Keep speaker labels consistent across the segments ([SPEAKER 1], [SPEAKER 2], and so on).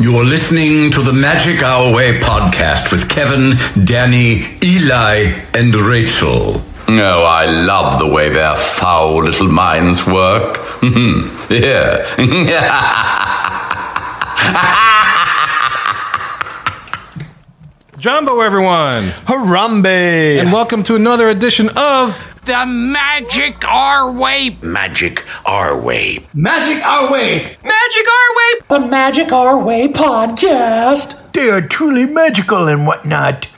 [SPEAKER 1] You're listening to the Magic Hour Way podcast with Kevin, Danny, Eli, and Rachel. Oh, I love the way their foul little minds work. yeah.
[SPEAKER 2] Jumbo, everyone,
[SPEAKER 3] Harambe!
[SPEAKER 2] and welcome to another edition of
[SPEAKER 4] The magic our way.
[SPEAKER 5] Magic our way.
[SPEAKER 1] Magic Hour Way!
[SPEAKER 4] Magic our way.
[SPEAKER 6] The Magic Our Way podcast.
[SPEAKER 5] They are truly magical and whatnot.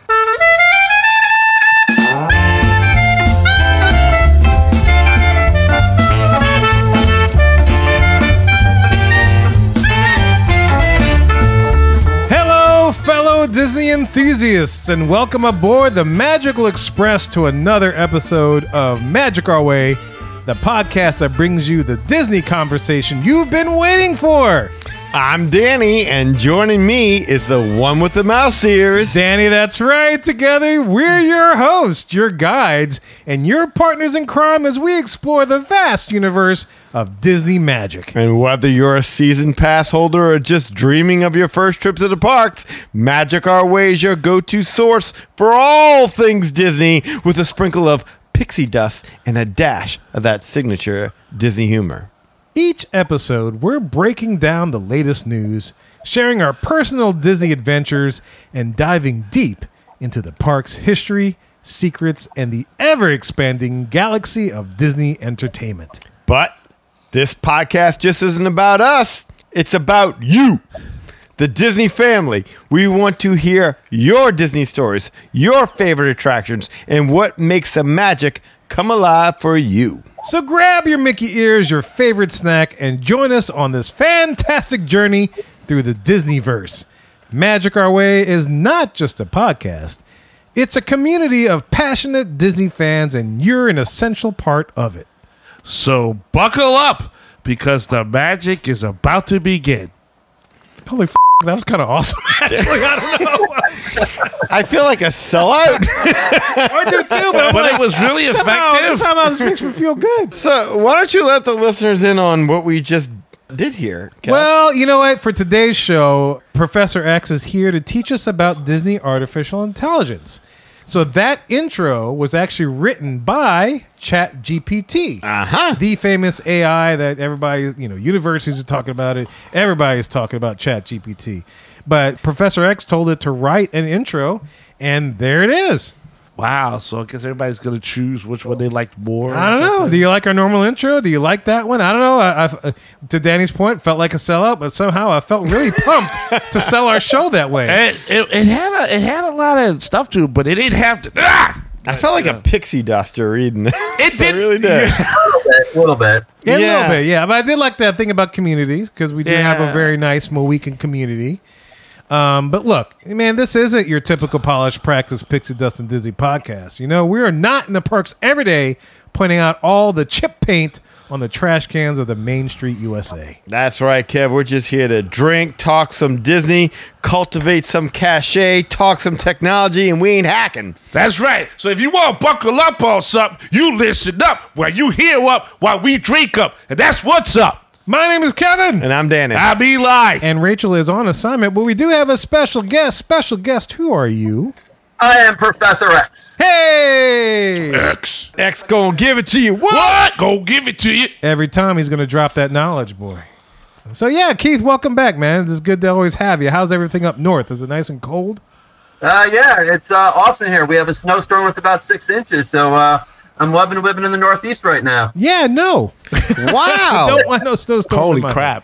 [SPEAKER 2] Hello, fellow Disney enthusiasts, and welcome aboard the Magical Express to another episode of Magic Our Way, the podcast that brings you the Disney conversation you've been waiting for.
[SPEAKER 3] I'm Danny, and joining me is the one with the mouse ears.
[SPEAKER 2] Danny, that's right. Together, we're your hosts, your guides, and your partners in crime as we explore the vast universe of Disney magic.
[SPEAKER 3] And whether you're a season pass holder or just dreaming of your first trip to the parks, Magic Our Way is your go to source for all things Disney with a sprinkle of pixie dust and a dash of that signature Disney humor.
[SPEAKER 2] Each episode, we're breaking down the latest news, sharing our personal Disney adventures, and diving deep into the park's history, secrets, and the ever expanding galaxy of Disney entertainment.
[SPEAKER 3] But this podcast just isn't about us, it's about you, the Disney family. We want to hear your Disney stories, your favorite attractions, and what makes the magic come alive for you.
[SPEAKER 2] So grab your Mickey ears, your favorite snack, and join us on this fantastic journey through the Disneyverse. Magic Our Way is not just a podcast, it's a community of passionate Disney fans, and you're an essential part of it.
[SPEAKER 7] So buckle up because the magic is about to begin.
[SPEAKER 2] Holy f- that was kind of awesome.
[SPEAKER 3] I feel like a sellout.
[SPEAKER 2] I do too, but,
[SPEAKER 7] But it was really
[SPEAKER 2] somehow,
[SPEAKER 7] effective.
[SPEAKER 2] somehow this makes me feel good.
[SPEAKER 3] so, why don't you let the listeners in on what we just did here? Kev?
[SPEAKER 2] Well, you know what? For today's show, Professor X is here to teach us about Disney artificial intelligence. So that intro was actually written by ChatGPT,
[SPEAKER 3] Uh-huh.
[SPEAKER 2] the famous AI that everybody, you know, universities are talking about it. Everybody's talking about ChatGPT. But Professor X told it to write an intro, and there it is.
[SPEAKER 7] Wow. So I guess everybody's going to choose which one they liked more.
[SPEAKER 2] I don't
[SPEAKER 7] or
[SPEAKER 2] know.
[SPEAKER 7] something.
[SPEAKER 2] Do you like our normal intro? Do you like that one? I don't know. I, I- uh, to Danny's point, felt like a sellout, but somehow I felt really pumped to sell our show that way.
[SPEAKER 7] It, it, it had a it had a lot of stuff to, it, but it didn't have to. Ah!
[SPEAKER 3] I felt like a pixie duster reading this.
[SPEAKER 7] It
[SPEAKER 3] I
[SPEAKER 7] did.
[SPEAKER 3] really did.
[SPEAKER 5] A little bit.
[SPEAKER 2] Yeah, a
[SPEAKER 3] yeah.
[SPEAKER 2] little bit, yeah. But I did like that thing about communities because we do have a
[SPEAKER 7] Yeah.
[SPEAKER 2] very nice Mohican community. Um, but look, man, this isn't your typical polished practice pixie dust and dizzy podcast. You know, we are not in the parks every day pointing out all the chip paint on the trash cans of the Main Street USA.
[SPEAKER 3] That's right, Kev. We're just here to drink, talk some Disney, cultivate some cachet, talk some technology, and we ain't hacking.
[SPEAKER 7] That's right. So if you want to buckle up on something, you listen up while you hear up while we drink up, and that's what's up.
[SPEAKER 2] My name is Kevin.
[SPEAKER 3] And I'm Danny.
[SPEAKER 7] I be like,
[SPEAKER 2] and Rachel is on assignment, but we do have a special guest. Special guest, who are you?
[SPEAKER 5] I am Professor X.
[SPEAKER 2] Hey!
[SPEAKER 7] X.
[SPEAKER 3] X gonna give it to you. What?
[SPEAKER 7] What? Go give it to you.
[SPEAKER 2] Every time he's going to drop that knowledge, boy. So yeah, Keith, welcome back, man. It's good to always have you. How's everything up north? Is it nice and cold?
[SPEAKER 8] Uh, yeah, it's uh, awesome here. We have a snowstorm with about six inches, so uh, I'm loving living in the Northeast right now.
[SPEAKER 2] Yeah, no.
[SPEAKER 3] Wow.
[SPEAKER 2] Don't want no snowstorm. in my house.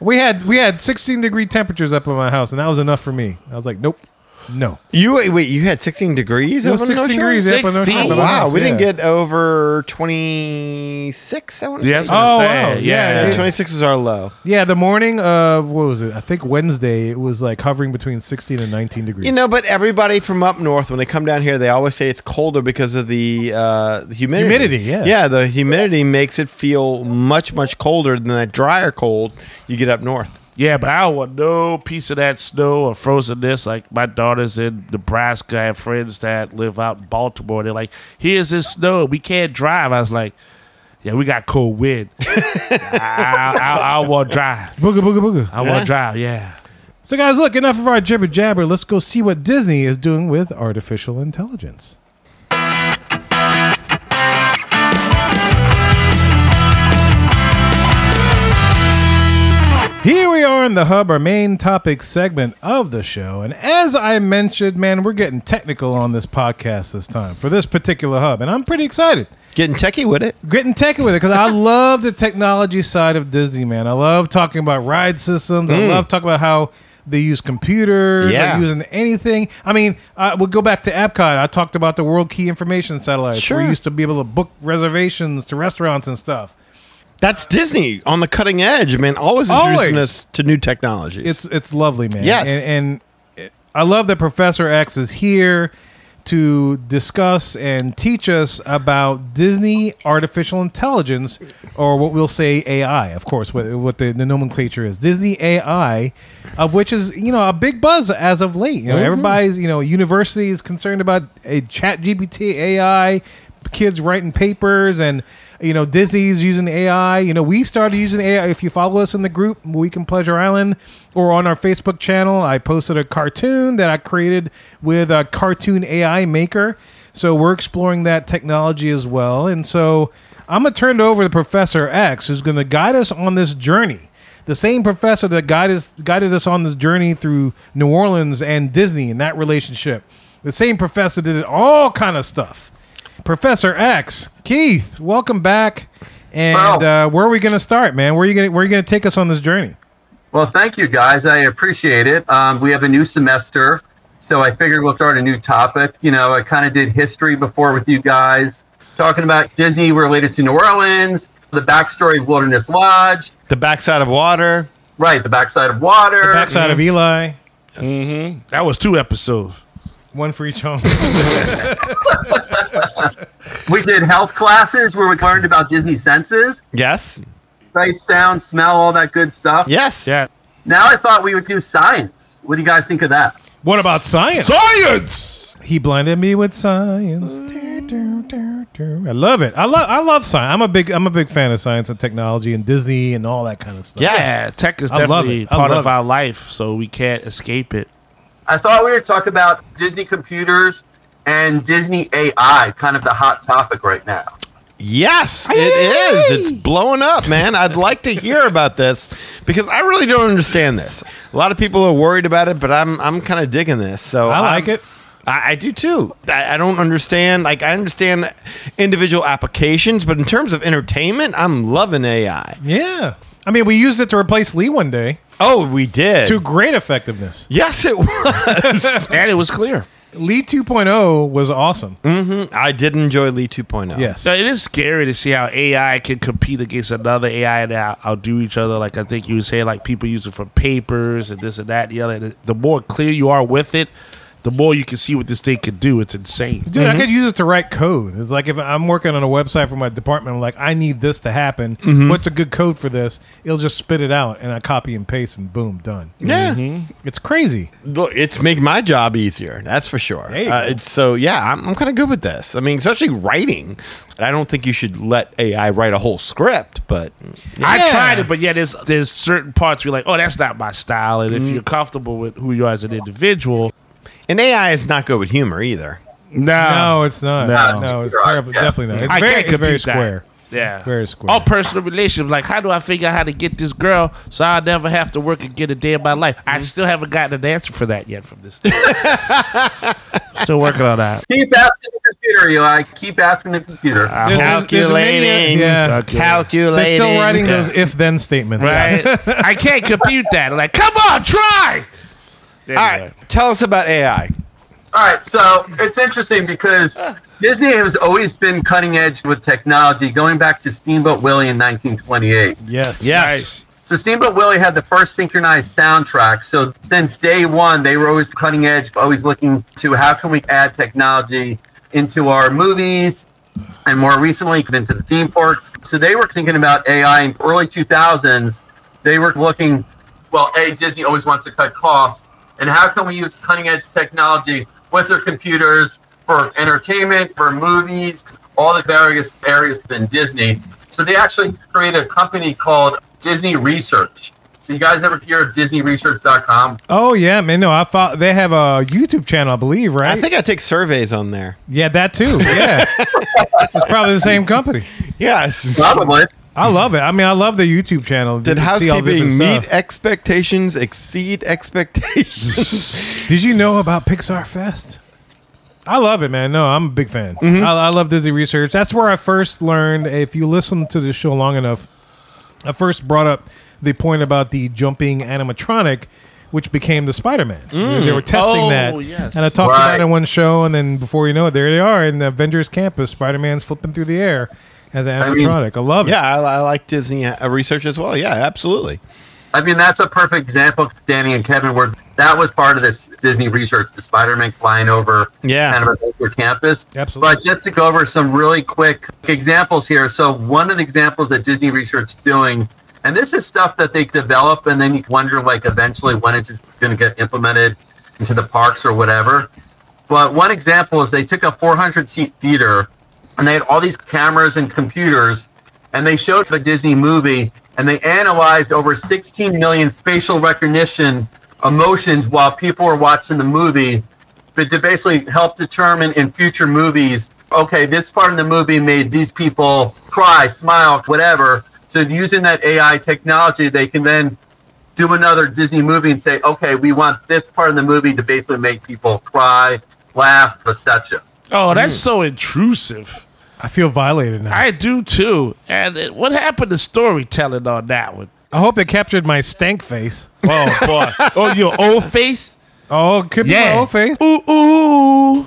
[SPEAKER 2] We had we had 16 degree temperatures up in my house, and that was enough for me. I was like, nope, no.
[SPEAKER 3] you wait, wait, you had 16 degrees?
[SPEAKER 2] It was
[SPEAKER 3] up in
[SPEAKER 2] 16
[SPEAKER 3] North Shore?
[SPEAKER 2] degrees up in North Shore,
[SPEAKER 7] 16?
[SPEAKER 2] but my
[SPEAKER 3] Wow,
[SPEAKER 2] house,
[SPEAKER 3] we didn't
[SPEAKER 2] yeah.
[SPEAKER 3] get over 26, I want to
[SPEAKER 7] Yeah, I was
[SPEAKER 3] say.
[SPEAKER 7] gonna
[SPEAKER 2] Oh,
[SPEAKER 7] say,
[SPEAKER 2] wow. Yeah,
[SPEAKER 3] Yeah,
[SPEAKER 2] it-
[SPEAKER 3] 26 is our low.
[SPEAKER 2] Yeah, the morning of what was it? I think Wednesday. It was like hovering between 16 and 19 degrees.
[SPEAKER 3] You know, but everybody from up north, when they come down here, they always say it's colder because of the uh, the humidity.
[SPEAKER 2] Humidity, yeah.
[SPEAKER 3] Yeah, the humidity makes it feel much, much colder than that drier cold you get up north.
[SPEAKER 7] Yeah, but I don't want no piece of that snow or frozenness. Like my daughter's in Nebraska. I have friends that live out in Baltimore. They're like, "Here's this snow. We can't drive." I was like, "Yeah, we got cold wind. I, I, I want to drive.
[SPEAKER 2] booga booga booga.
[SPEAKER 7] I want to drive. Yeah,
[SPEAKER 2] So, guys, look, enough of our jibber jabber. Let's go see what Disney is doing with artificial intelligence. Here we are in the hub, our main topic segment of the show. And as I mentioned, man, we're getting technical on this podcast this time for this particular hub. And I'm pretty excited
[SPEAKER 3] Getting techie with it.
[SPEAKER 2] getting techie with it because I love the technology side of Disney, man. I love talking about ride systems. I love talking about how they use computers,
[SPEAKER 3] Yeah.
[SPEAKER 2] yeah. using anything. I mean, uh, we'll go back to Epcot. I talked about the World Key Information Satellites.
[SPEAKER 3] Sure.
[SPEAKER 2] We used to be able to book reservations to restaurants and stuff.
[SPEAKER 3] That's Disney on the cutting edge, man. Always introducing
[SPEAKER 2] Always.
[SPEAKER 3] us to new technologies.
[SPEAKER 2] It's it's lovely, man.
[SPEAKER 3] Yes.
[SPEAKER 2] and, and it- I love that Professor X is here to discuss and teach us about Disney artificial intelligence, or what we'll say AI, of course, what, what the, the nomenclature is. Disney AI, of which is you know a big buzz as of late. You know, everybody's you know university is concerned about a Chat GPT AI, kids writing papers and. You know, Disney's using AI. You know, we started using AI. If you follow us in the group, We Can Pleasure Island, or on our Facebook channel, I posted a cartoon that I created with a cartoon AI maker. So we're exploring that technology as well. And so I'm going to turn it over to Professor X, who's going to guide us on this journey. The same professor that guided us, guided us on this journey through New Orleans and Disney and that relationship. The same professor did all kind of stuff. Professor X, Keith, welcome back. And
[SPEAKER 8] Wow.
[SPEAKER 2] uh, where are we going to start, man? Where are you going? Where are you going to take us on this journey?
[SPEAKER 8] Well, thank you guys. I appreciate it. Um, we have a new semester, so I figured we'll start a new topic. You know, I kind of did history before with you guys, talking about Disney related to New Orleans, the backstory of Wilderness Lodge,
[SPEAKER 3] the backside of water.
[SPEAKER 8] right? The backside of water.
[SPEAKER 2] Backside
[SPEAKER 7] Mm-hmm.
[SPEAKER 2] of Eli,
[SPEAKER 7] That was two episodes.
[SPEAKER 2] one for each home.
[SPEAKER 8] We did health classes where we learned about Disney senses,
[SPEAKER 3] Yes.
[SPEAKER 8] sight, sound, smell, all that good stuff.
[SPEAKER 3] Yes.
[SPEAKER 7] Yeah.
[SPEAKER 8] Now I thought we would do science. What do you guys think of that?
[SPEAKER 2] what about science?
[SPEAKER 7] Science.
[SPEAKER 2] He blinded me with science. Do, do, do, do. I love it. I love. I love science. I'm a big. I'm a big fan of science and technology and Disney and all that kind of stuff.
[SPEAKER 7] Yeah, tech is
[SPEAKER 2] I love
[SPEAKER 7] definitely
[SPEAKER 2] it. I
[SPEAKER 7] part
[SPEAKER 2] love
[SPEAKER 7] of
[SPEAKER 2] it.
[SPEAKER 7] our life, so we can't escape it.
[SPEAKER 8] I thought we were talking about Disney computers and Disney AI, kind of the hot topic right now.
[SPEAKER 3] Yes, it is. It's blowing up, man. I'd like to hear about this because I really don't understand this. A lot of people are worried about it, but I'm I'm kind of digging this. So
[SPEAKER 2] I like
[SPEAKER 3] I'm-
[SPEAKER 2] it.
[SPEAKER 3] I, I do too. I, I don't understand. Like I understand individual applications, but in terms of entertainment, I'm loving AI.
[SPEAKER 2] Yeah. I mean, we used it to replace Lee one day
[SPEAKER 3] Oh, we did.
[SPEAKER 2] to great effectiveness.
[SPEAKER 3] yes, it was.
[SPEAKER 7] And it was clear.
[SPEAKER 2] Lee 2.0 was awesome.
[SPEAKER 7] Mm.
[SPEAKER 3] I did enjoy Lee oh. 2.0.
[SPEAKER 2] Yes.
[SPEAKER 7] So it is scary to see how AI can compete against another AI and out- outdo each other. Like I think you were saying, like people use it for papers and this and that, and the other. And The more clear you are with it, the more you can see what this thing can do. It's insane.
[SPEAKER 2] Dude,
[SPEAKER 3] Mm-hmm.
[SPEAKER 2] I could use it to write code. It's like if I'm working on a website for my department, I'm like, I need this to happen.
[SPEAKER 3] Mm-hmm.
[SPEAKER 2] What's a good code for this? It'll just spit it out, and I copy and paste, and boom, done.
[SPEAKER 3] Yeah.
[SPEAKER 7] Mm-hmm.
[SPEAKER 2] It's crazy.
[SPEAKER 3] look, it's make my job easier. That's for sure.
[SPEAKER 2] you
[SPEAKER 3] Uh,
[SPEAKER 2] go.
[SPEAKER 3] it's, so yeah, I'm, I'm kind of good with this. I mean, especially writing. I don't think you should let AI write a whole script, but
[SPEAKER 7] I
[SPEAKER 2] Yeah.
[SPEAKER 7] tried it, but yeah, there's there's certain parts where you're like, oh, that's not my style. And
[SPEAKER 2] Mm-hmm.
[SPEAKER 7] if you're comfortable with who you are as an individual,
[SPEAKER 3] and AI is not good with humor either.
[SPEAKER 7] no,
[SPEAKER 2] No, it's not.
[SPEAKER 7] No.
[SPEAKER 2] No, it's terrible. Definitely not. It's
[SPEAKER 7] I
[SPEAKER 2] very,
[SPEAKER 7] can't
[SPEAKER 2] it's very
[SPEAKER 7] compute that.
[SPEAKER 2] square.
[SPEAKER 7] Yeah. Oh,
[SPEAKER 2] Very square.
[SPEAKER 7] All personal relationships. Like, how do I figure out how to get this girl so I'll never have to work and get a day in my life?
[SPEAKER 2] Mm-hmm.
[SPEAKER 7] I still haven't gotten an answer for that yet from this thing. still working on that.
[SPEAKER 8] Keep asking the computer, Eli. Keep asking the computer.
[SPEAKER 7] I
[SPEAKER 2] There's-
[SPEAKER 7] hope-
[SPEAKER 2] there's- there's many-
[SPEAKER 3] Calculating.
[SPEAKER 2] yeah.
[SPEAKER 7] Okay.
[SPEAKER 2] They're
[SPEAKER 3] Calculating.
[SPEAKER 2] still writing those if-then statements.
[SPEAKER 7] right? I can't compute that. I'm like, come on, try.
[SPEAKER 3] All right, tell us about AI.
[SPEAKER 8] All right, so it's interesting because Disney has always been cutting edge with technology, going back to Steamboat Willie in 1928.
[SPEAKER 2] Yes.
[SPEAKER 7] Yes.
[SPEAKER 8] So Steamboat Willie had the first synchronized soundtrack. So since day one, they were always cutting edge, always looking to how can we add technology into our movies, and more recently into the theme parks. So they were thinking about AI in early 2000s. They were looking, well, a Disney always wants to cut costs, and how can we use cutting edge technology with their computers for entertainment, for movies, all the various areas within Disney. So they actually created a company called Disney Research. So you guys ever hear of DisneyResearch.com?
[SPEAKER 2] Oh yeah, man. No, I thought they have a YouTube channel, I believe, right?
[SPEAKER 3] I think I take surveys on there.
[SPEAKER 2] yeah, that too. Yeah, it's probably the same company.
[SPEAKER 3] Yes.
[SPEAKER 8] Probably.
[SPEAKER 2] I love it. I mean, I love the YouTube channel. You
[SPEAKER 3] Did
[SPEAKER 2] can see all
[SPEAKER 3] housekeeping
[SPEAKER 2] different
[SPEAKER 3] meet
[SPEAKER 2] stuff.
[SPEAKER 3] expectations, exceed expectations?
[SPEAKER 2] Did you know about Pixar Fest? I love it, man. No, I'm a big fan. I, I love Disney Research. That's where I first learned. If you listen to this show long enough, I first brought up the point about the jumping animatronic, which became the Spider Man. They were testing
[SPEAKER 7] Oh,
[SPEAKER 2] that,
[SPEAKER 7] yes.
[SPEAKER 2] and I talked about
[SPEAKER 8] Right.
[SPEAKER 2] it in one show, and then before you know it, there they are in the Avengers Campus. Spider Man's flipping through the air as an
[SPEAKER 8] mean-
[SPEAKER 2] animatronic. I, love it.
[SPEAKER 3] yeah, I, I like Disney uh, research as well. Yeah, absolutely.
[SPEAKER 8] I mean, that's a perfect example, Danny and Kevin, where that was part of this Disney research, the Spider-Man flying over
[SPEAKER 3] Yeah.
[SPEAKER 8] kind of over campus.
[SPEAKER 2] Absolutely.
[SPEAKER 8] But just to go over some really quick examples here. So one of the examples that Disney Research is doing, and this is stuff that they develop, and then you wonder like eventually when it's going to get implemented into the parks or whatever. But one example is they took a 400 seat theater and they had all these cameras and computers and they showed a Disney movie and they analyzed over 16 million facial recognition emotions while people were watching the movie but to basically help determine in future movies okay this part of the movie made these people cry smile whatever so using that ai technology they can then do another Disney movie and say, okay, we want this part of the movie to basically make people cry, laugh, etc.
[SPEAKER 7] Oh,
[SPEAKER 2] Mm.
[SPEAKER 7] that's so intrusive.
[SPEAKER 2] I feel violated now. I,
[SPEAKER 7] I do too. And it- what happened to storytelling on that one?
[SPEAKER 2] hope they captured my stank face.
[SPEAKER 7] Oh boy. oh, your old face.
[SPEAKER 2] Oh, it could be my old face.
[SPEAKER 7] Ooh ooh.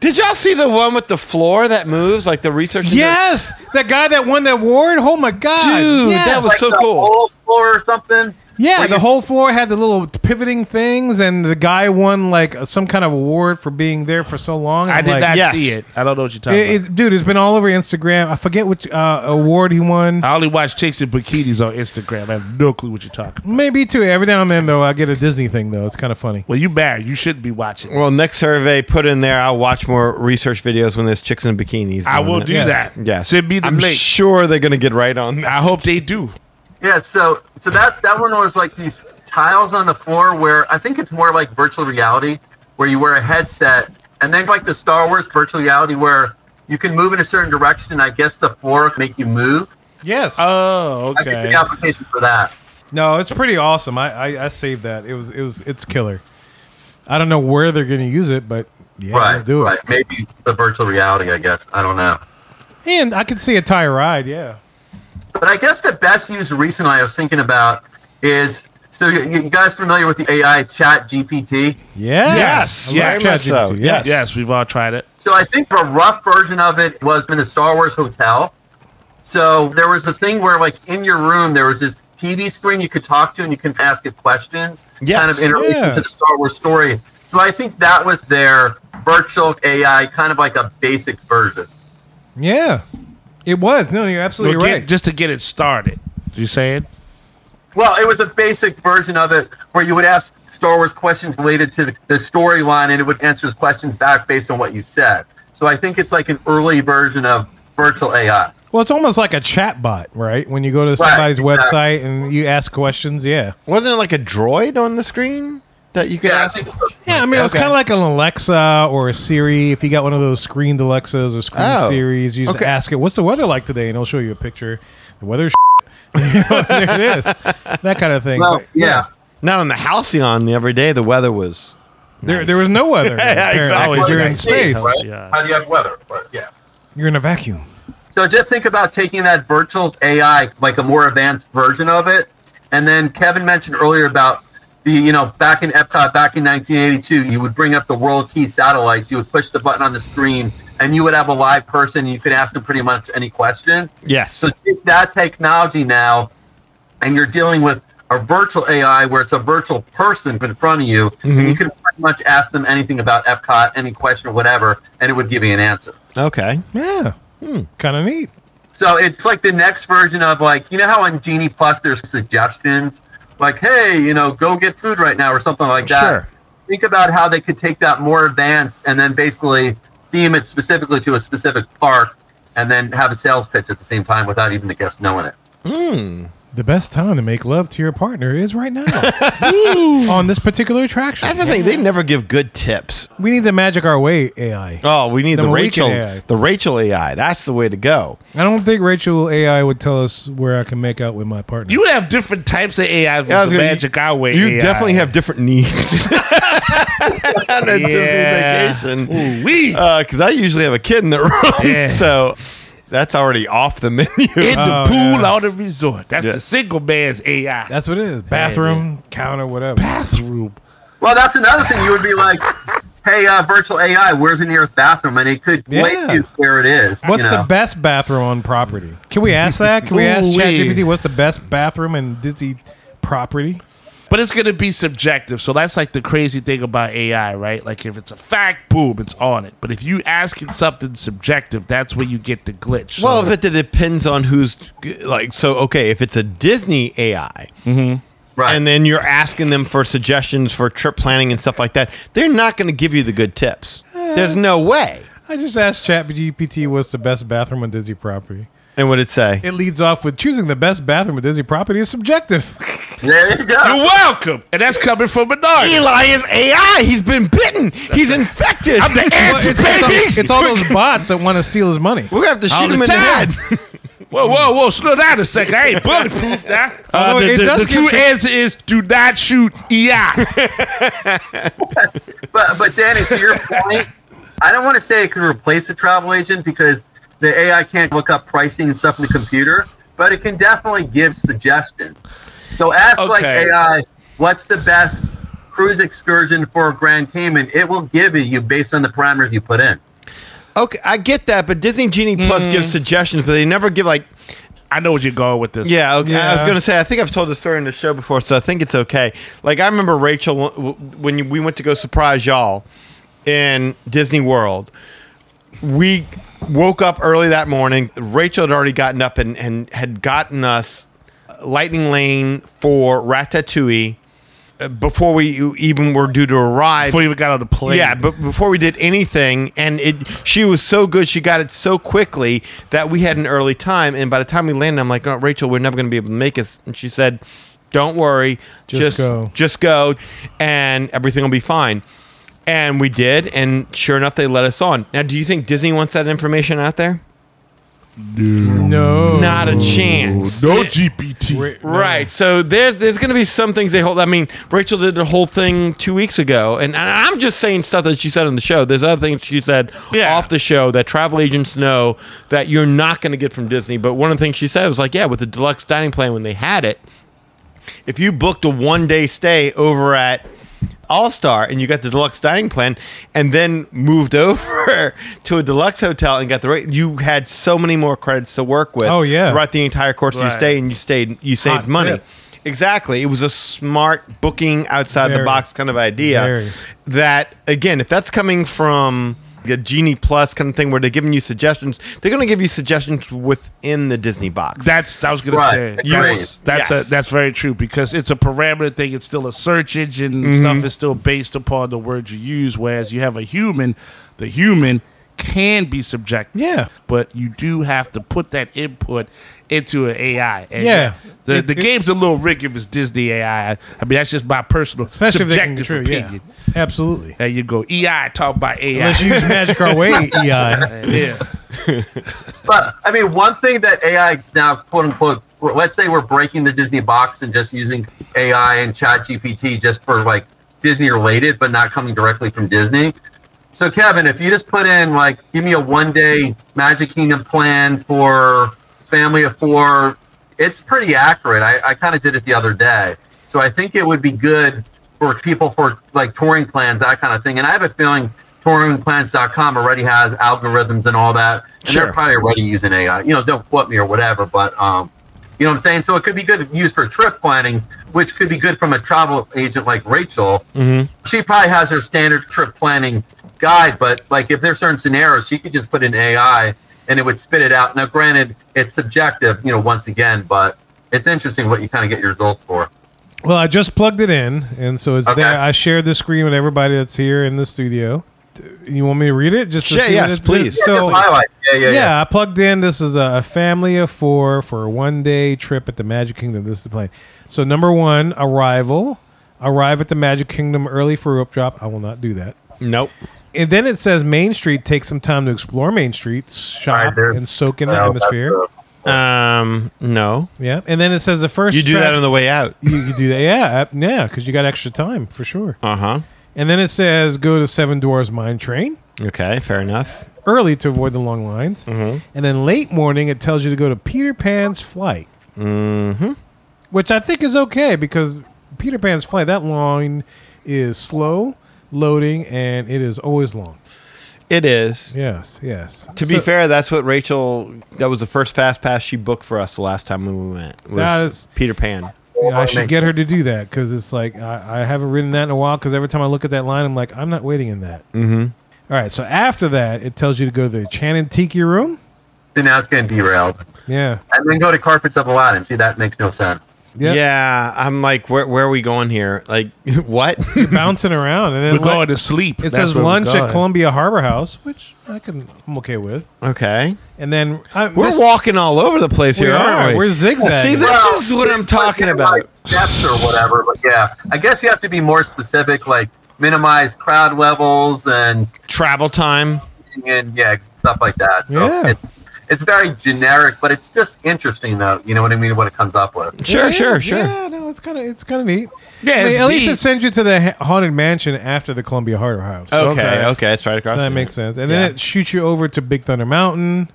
[SPEAKER 3] Did y'all see the one with the floor that moves, like the research?
[SPEAKER 2] Yes, that guy that won that award. Oh my god,
[SPEAKER 3] Dude,
[SPEAKER 2] Yes.
[SPEAKER 3] that was so
[SPEAKER 8] the
[SPEAKER 3] cool.
[SPEAKER 8] whole floor or something.
[SPEAKER 2] yeah.
[SPEAKER 8] like
[SPEAKER 2] the
[SPEAKER 8] a-
[SPEAKER 2] whole floor had the little pivoting things, and the guy won like some kind of award for being there for so long.
[SPEAKER 7] I
[SPEAKER 2] I'm
[SPEAKER 7] did
[SPEAKER 2] like,
[SPEAKER 7] not
[SPEAKER 3] yes.
[SPEAKER 7] see it. I don't know what you're talking
[SPEAKER 2] It,
[SPEAKER 7] about.
[SPEAKER 2] it- dude, it's been all over Instagram. I forget which uh, award he won.
[SPEAKER 7] I only watch chicks in bikinis on Instagram. I have no clue what you're talking. about.
[SPEAKER 2] Maybe too. Every now and then, though, I get a Disney thing. Though it's kind of funny.
[SPEAKER 7] Well, you married. You shouldn't be watching.
[SPEAKER 3] Well, next survey put in there. I'll watch more research videos when there's chicks in bikinis.
[SPEAKER 7] I
[SPEAKER 3] doing
[SPEAKER 7] will
[SPEAKER 3] it.
[SPEAKER 7] do
[SPEAKER 2] Yes.
[SPEAKER 7] that.
[SPEAKER 3] Yes.
[SPEAKER 7] Send me the
[SPEAKER 3] I'm
[SPEAKER 7] link.
[SPEAKER 3] sure they're going to get right on that.
[SPEAKER 7] I hope they do.
[SPEAKER 8] Yeah, so so that that one was like these tiles on the floor where I think it's more like virtual reality, where you wear a headset, and then like the Star Wars virtual reality where you can move in a certain direction. I guess the floor can make you move.
[SPEAKER 2] Yes.
[SPEAKER 7] Oh,
[SPEAKER 8] I think
[SPEAKER 7] okay.
[SPEAKER 8] the application for that.
[SPEAKER 2] no, it's pretty awesome. I, I I saved that. It was it was it's killer. I don't know where they're going to use it, but yeah,
[SPEAKER 8] right.
[SPEAKER 2] let's do it.
[SPEAKER 8] Right. Maybe the virtual reality. I guess I don't know.
[SPEAKER 2] And I could see a tire ride. Yeah.
[SPEAKER 8] But I guess the best use recently I was thinking about is so you, you guys familiar with the AI Chat GPT?
[SPEAKER 2] Yes.
[SPEAKER 7] Yes, yes.
[SPEAKER 2] I love
[SPEAKER 3] Very much
[SPEAKER 2] ChatGPT.
[SPEAKER 3] so, yes.
[SPEAKER 7] Yes, we've all tried it.
[SPEAKER 8] So I think a rough version of it was in the Star Wars hotel. So there was a thing where like in your room there was this TV screen you could talk to and you can ask it questions,
[SPEAKER 3] Yes,
[SPEAKER 8] kind of interrelating
[SPEAKER 2] yeah.
[SPEAKER 8] to the Star Wars story. So I think that was their virtual AI, kind of like a basic version.
[SPEAKER 2] Yeah, it was. No, you're absolutely
[SPEAKER 7] Well, get-
[SPEAKER 2] right.
[SPEAKER 7] Just to get it started. You saying?
[SPEAKER 8] Well, it was a basic version of it where you would ask Star Wars questions related to the, the storyline and it would answer those questions back based on what you said. So I think it's like an early version of virtual AI.
[SPEAKER 2] well, it's almost like a chat bot, right? When you go to somebody's
[SPEAKER 8] exactly.
[SPEAKER 2] website and you ask questions, yeah,
[SPEAKER 3] Wasn't it like a droid on the screen that you could
[SPEAKER 8] Yeah, I
[SPEAKER 3] ask?
[SPEAKER 8] think so.
[SPEAKER 2] yeah. I mean, it was
[SPEAKER 3] Okay.
[SPEAKER 2] kind of like an Alexa or a Siri. If you got one of those screened Alexas or screen
[SPEAKER 3] Oh,
[SPEAKER 2] Series, you just
[SPEAKER 3] okay.
[SPEAKER 2] ask it, "What's the weather like today?" and it'll show you a picture. The weather's there it is. That kind of thing.
[SPEAKER 8] Well,
[SPEAKER 2] But
[SPEAKER 8] yeah.
[SPEAKER 3] Not on the Halcyon the other day. The weather was.
[SPEAKER 2] there, there was no weather. apparently, 'cause You're in
[SPEAKER 8] Nice.
[SPEAKER 2] space.
[SPEAKER 8] Right?
[SPEAKER 7] Yeah.
[SPEAKER 8] How do you have weather? But, yeah.
[SPEAKER 2] You're in a vacuum.
[SPEAKER 8] So just think about taking that virtual AI, like a more advanced version of it. And then Kevin mentioned earlier about the, you know, back in Epcot, back in 1982, you would bring up the World Key satellites, you would push the button on the screen, and you would have a live person. You could ask them pretty much any question.
[SPEAKER 3] Yes.
[SPEAKER 8] So take that technology now, and you're dealing with a virtual AI where it's a virtual person in front of you, and you can pretty much ask them anything about Epcot, any question or whatever, and it would give you an answer.
[SPEAKER 3] okay.
[SPEAKER 2] Yeah, kind of Hmm. neat.
[SPEAKER 8] So it's like the next version of like you know how on Genie Plus there's suggestions like hey you know go get food right now or something like that.
[SPEAKER 3] Sure.
[SPEAKER 8] Think about how they could take that more advanced and then basically theme it specifically to a specific park and then have a sales pitch at the same time without even the guests knowing it.
[SPEAKER 2] The best time to make love to your partner is right now on this particular attraction.
[SPEAKER 3] That's the thing. They never give good tips.
[SPEAKER 2] We need the magic our way AI.
[SPEAKER 3] Oh, we need
[SPEAKER 2] The
[SPEAKER 3] the,
[SPEAKER 2] Morrican
[SPEAKER 3] Rachel,
[SPEAKER 2] AI.
[SPEAKER 3] the Rachel AI. That's the way to go.
[SPEAKER 2] I don't think Rachel AI would tell us where I can make out with my partner.
[SPEAKER 7] You would have different types of AI versus
[SPEAKER 3] I was gonna-
[SPEAKER 7] Magic Our Way.
[SPEAKER 3] You
[SPEAKER 7] AI.
[SPEAKER 3] definitely have different needs on a
[SPEAKER 7] Yeah.
[SPEAKER 3] Disney vacation. Uh,
[SPEAKER 7] Ooh, we
[SPEAKER 3] Because I usually have a kid in the room,
[SPEAKER 7] Yeah.
[SPEAKER 3] so that's already off the menu.
[SPEAKER 7] in the
[SPEAKER 2] Oh,
[SPEAKER 7] pool
[SPEAKER 2] yeah.
[SPEAKER 7] on the resort. That's
[SPEAKER 3] Yeah.
[SPEAKER 7] the single man's AI.
[SPEAKER 2] That's what it is. Bathroom, counter, whatever.
[SPEAKER 7] bathroom.
[SPEAKER 8] Well, that's another thing. You would be like, "Hey, uh, virtual AI, where's the nearest bathroom?" And it could
[SPEAKER 2] Yeah.
[SPEAKER 8] point you where it is. you
[SPEAKER 2] What's
[SPEAKER 8] know?
[SPEAKER 2] the best bathroom on property? Can we ask that? Can we ask
[SPEAKER 7] Ooh-wee.
[SPEAKER 2] ChatGPT what's the best bathroom in Disney property?
[SPEAKER 7] But it's gonna be subjective. So that's like the crazy thing about AI, right? Like if it's a fact, boom, it's on it. But if you ask it something subjective, that's where you get the glitch. So-
[SPEAKER 3] Well, but it depends on who's like. So, okay, if it's a Disney AI,
[SPEAKER 8] right?
[SPEAKER 3] and then you're asking them for suggestions for trip planning and stuff like that, they're not going to give you the good tips. There's no way.
[SPEAKER 2] I just asked ChatGPT what's the best bathroom on Disney property.
[SPEAKER 3] And what it say?
[SPEAKER 2] It leads off with choosing the best bathroom on Disney property is subjective.
[SPEAKER 8] there you go.
[SPEAKER 7] you're welcome, and that's coming from Bernard.
[SPEAKER 3] Eli is AI. He's been bitten. He's infected. I'm the
[SPEAKER 2] it's, it's all- it's all those bots that want to steal his money.
[SPEAKER 3] We're gonna have to shoot him in the head.
[SPEAKER 7] Whoa, whoa, whoa! Slow down a second. I ain't bulletproof now. Uh,
[SPEAKER 3] Oh,
[SPEAKER 2] Although
[SPEAKER 7] the
[SPEAKER 2] it
[SPEAKER 7] the-
[SPEAKER 2] does
[SPEAKER 7] the
[SPEAKER 2] give
[SPEAKER 7] true
[SPEAKER 2] some-
[SPEAKER 7] answer is do not shoot E AI.
[SPEAKER 8] But but Danny, to your point, I don't want to say it can replace a travel agent because the AI can't look up pricing and stuff in the computer, but it can definitely give suggestions. So ask like
[SPEAKER 7] Okay.
[SPEAKER 8] AI, what's the best cruise excursion for Grand Cayman? It will give it you based on the parameters you put in.
[SPEAKER 3] Okay, I get that, but Disney Genie Plus gives
[SPEAKER 7] Mm.
[SPEAKER 3] suggestions, but they never give like.
[SPEAKER 7] I know where you're going with this.
[SPEAKER 3] Yeah, okay. I was
[SPEAKER 2] Yeah.
[SPEAKER 3] gonna say I think I've told the story in the show before, so I think it's okay. Like I remember Rachel w- w- when you- we went to go surprise y'all in Disney World. We woke up early that morning. Rachel had already gotten up and, and had gotten us Lightning Lane for Ratatouille uh, before we even were due to arrive.
[SPEAKER 7] Before you even got on the plane.
[SPEAKER 3] Yeah, but before we did anything, and it she was so good, she got it so quickly that we had an early time. And by the time we landed, I'm like, oh, Rachel, we're never going to be able to make us. And she said, Don't worry, just,
[SPEAKER 2] Just go.
[SPEAKER 3] just go, and everything will be fine. And we did, and sure enough, they let us on. Now, do you think Disney wants that information out there?
[SPEAKER 2] No.
[SPEAKER 3] Not a chance.
[SPEAKER 7] no GPT.
[SPEAKER 3] Right. So there's there's going to be some things they hold. I mean, Rachel did the whole thing two weeks ago, and, and I'm just saying stuff that she said on the show. There's other things she said
[SPEAKER 7] Yeah.
[SPEAKER 3] off the show that travel agents know that you're not going to get from Disney. But one of the things she said was like, yeah, with the deluxe dining plan when they had it, if you booked a one day stay over at All Star and you got the deluxe dining plan, and then moved over to a deluxe hotel and got the rate, you had so many more credits to work with.
[SPEAKER 2] Oh, yeah.
[SPEAKER 3] throughout the entire course of your
[SPEAKER 7] Right.
[SPEAKER 3] stay, and you stayed you saved
[SPEAKER 2] Hot
[SPEAKER 3] money.
[SPEAKER 2] tip.
[SPEAKER 3] Exactly. It was a smart booking outside the
[SPEAKER 2] Very.
[SPEAKER 3] box kind of idea.
[SPEAKER 2] Very.
[SPEAKER 3] That again, if that's coming from a Genie Plus kind of thing where they're giving you suggestions, they're going to give you suggestions within the Disney box.
[SPEAKER 7] That's I was gonna
[SPEAKER 8] Right.
[SPEAKER 7] say.
[SPEAKER 8] You-
[SPEAKER 7] That's that's,
[SPEAKER 3] Yes.
[SPEAKER 7] a, that's very true because it's a parameter thing. It's still a search engine
[SPEAKER 2] Mm-hmm.
[SPEAKER 7] stuff. is still based upon the words you use. Whereas you have a human, the human can be subjective.
[SPEAKER 2] Yeah.
[SPEAKER 7] but you do have to put that input into an AI. And
[SPEAKER 2] Yeah.
[SPEAKER 7] the
[SPEAKER 2] It-
[SPEAKER 7] the
[SPEAKER 2] it-
[SPEAKER 7] game's a little rigged if it's Disney AI. I mean, that's just my personal
[SPEAKER 2] Especially
[SPEAKER 7] subjective
[SPEAKER 2] if they can be true.
[SPEAKER 7] opinion.
[SPEAKER 2] Yeah. Absolutely.
[SPEAKER 7] There you go. EI talk about AI.
[SPEAKER 2] Let's use magic our way AI.
[SPEAKER 7] yeah.
[SPEAKER 8] But I mean, one thing that AI now, quote unquote, let's say we're breaking the Disney box and just using AI and Chat GPT just for like Disney related, but not coming directly from Disney. So, Kevin, if you just put in like, give me a one day Magic Kingdom plan for family of four, it's pretty accurate. I, I kind of did it the other day. So, I think it would be good for people for like touring plans, that kind of thing. And I have a feeling touringplans.com already has algorithms and all that. And
[SPEAKER 3] Sure.
[SPEAKER 8] they're probably already using AI. You know, don't quote me or whatever, but um, you know what I'm saying? So it could be good used for trip planning, which could be good from a travel agent like Rachel. She probably has her standard trip planning guide, but like if there's certain scenarios, she could just put in AI and it would spit it out. Now, granted, it's subjective, you know, once again, but it's interesting what you kind of get your results for.
[SPEAKER 2] Well, I just plugged it in, and so it's
[SPEAKER 8] Okay.
[SPEAKER 2] there. I shared the screen with everybody that's here in the studio. you want me to read it? Just to
[SPEAKER 3] Yeah,
[SPEAKER 2] see what
[SPEAKER 3] yes,
[SPEAKER 2] it-
[SPEAKER 3] please. Yeah,
[SPEAKER 2] So,
[SPEAKER 8] highlight. Yeah, yeah, yeah.
[SPEAKER 2] I plugged in. This is a a family of four for a one day trip at the Magic Kingdom. This is the plan. So number one, arrival. Arrive at the Magic Kingdom early for rope drop. I will not do that.
[SPEAKER 3] Nope.
[SPEAKER 2] And then it says Main Street. Take some time to explore Main Street, shop,
[SPEAKER 8] Right, there-
[SPEAKER 2] and soak in the
[SPEAKER 8] Well, that's,
[SPEAKER 2] atmosphere.
[SPEAKER 8] uh,
[SPEAKER 3] Um, no.
[SPEAKER 2] Yeah, and then it says the first.
[SPEAKER 3] You do
[SPEAKER 2] track-
[SPEAKER 3] that on the way out.
[SPEAKER 2] you, you do that, yeah, uh, yeah, because you got extra time for sure.
[SPEAKER 3] Uh huh.
[SPEAKER 2] And then it says go to Seven Dwarfs Mine Train
[SPEAKER 3] Okay, fair enough.
[SPEAKER 2] early to avoid the long lines,
[SPEAKER 3] Mm-hmm.
[SPEAKER 2] and then late morning it tells you to go to Peter Pan's Flight, mm-hmm. which I think is okay because Peter Pan's Flight that line is slow loading and it is always long.
[SPEAKER 3] It is.
[SPEAKER 2] Yes, yes.
[SPEAKER 3] To be
[SPEAKER 2] So-
[SPEAKER 3] fair, that's what Rachel. That was the first fast pass she booked for us the last time we went. Was
[SPEAKER 2] That is-
[SPEAKER 3] Peter Pan.
[SPEAKER 2] Yeah, I should get her to do that because it's like I, I haven't ridden that in a while. Because every time I look at that line, I'm like, I'm not waiting in that. Mm-hmm. right, so after that, it tells you to go to the Channing Tiki Room.
[SPEAKER 8] See, now it's getting derailed.
[SPEAKER 2] Yeah,
[SPEAKER 8] And then go to Carpets of Aladdin. See, that makes no sense.
[SPEAKER 2] Yep.
[SPEAKER 3] Yeah, I'm like, where where are we going here? Like, what?
[SPEAKER 2] bouncing around, and then
[SPEAKER 7] We're
[SPEAKER 2] lun-
[SPEAKER 7] going to sleep.
[SPEAKER 2] it
[SPEAKER 7] That's
[SPEAKER 2] says
[SPEAKER 7] where we're
[SPEAKER 2] lunch at
[SPEAKER 7] going.
[SPEAKER 2] Columbia Harbor House, which I can I'm okay with.
[SPEAKER 3] okay,
[SPEAKER 2] And then I,
[SPEAKER 3] we're
[SPEAKER 2] this-
[SPEAKER 3] walking all over the place
[SPEAKER 2] We
[SPEAKER 3] here,
[SPEAKER 2] are.
[SPEAKER 3] aren't we?
[SPEAKER 2] We're zigzagging.
[SPEAKER 3] See, this
[SPEAKER 8] Well,
[SPEAKER 3] is what I'm
[SPEAKER 8] it's like
[SPEAKER 3] talking
[SPEAKER 8] minimize
[SPEAKER 3] about.
[SPEAKER 8] Steps or whatever, but yeah, I guess you have to be more specific, like minimize crowd levels and
[SPEAKER 3] Travel time.
[SPEAKER 8] and yeah, stuff like that. So
[SPEAKER 2] Yeah.
[SPEAKER 8] it, it's very generic, but it's just interesting though. You know what I mean? What it comes up with.
[SPEAKER 3] Sure,
[SPEAKER 2] Yeah,
[SPEAKER 3] sure, sure.
[SPEAKER 2] Yeah, no, it's kind of it's kind of neat.
[SPEAKER 7] Yeah,
[SPEAKER 2] I mean,
[SPEAKER 7] it's
[SPEAKER 2] at least
[SPEAKER 7] neat.
[SPEAKER 2] it sends you to the ha- haunted mansion after the Columbia Harbor House.
[SPEAKER 3] Okay,
[SPEAKER 7] Okay.
[SPEAKER 3] okay, it's right across.
[SPEAKER 2] So that
[SPEAKER 3] the-
[SPEAKER 2] makes sense. And then
[SPEAKER 3] Yeah.
[SPEAKER 2] it shoots you over to Big Thunder Mountain,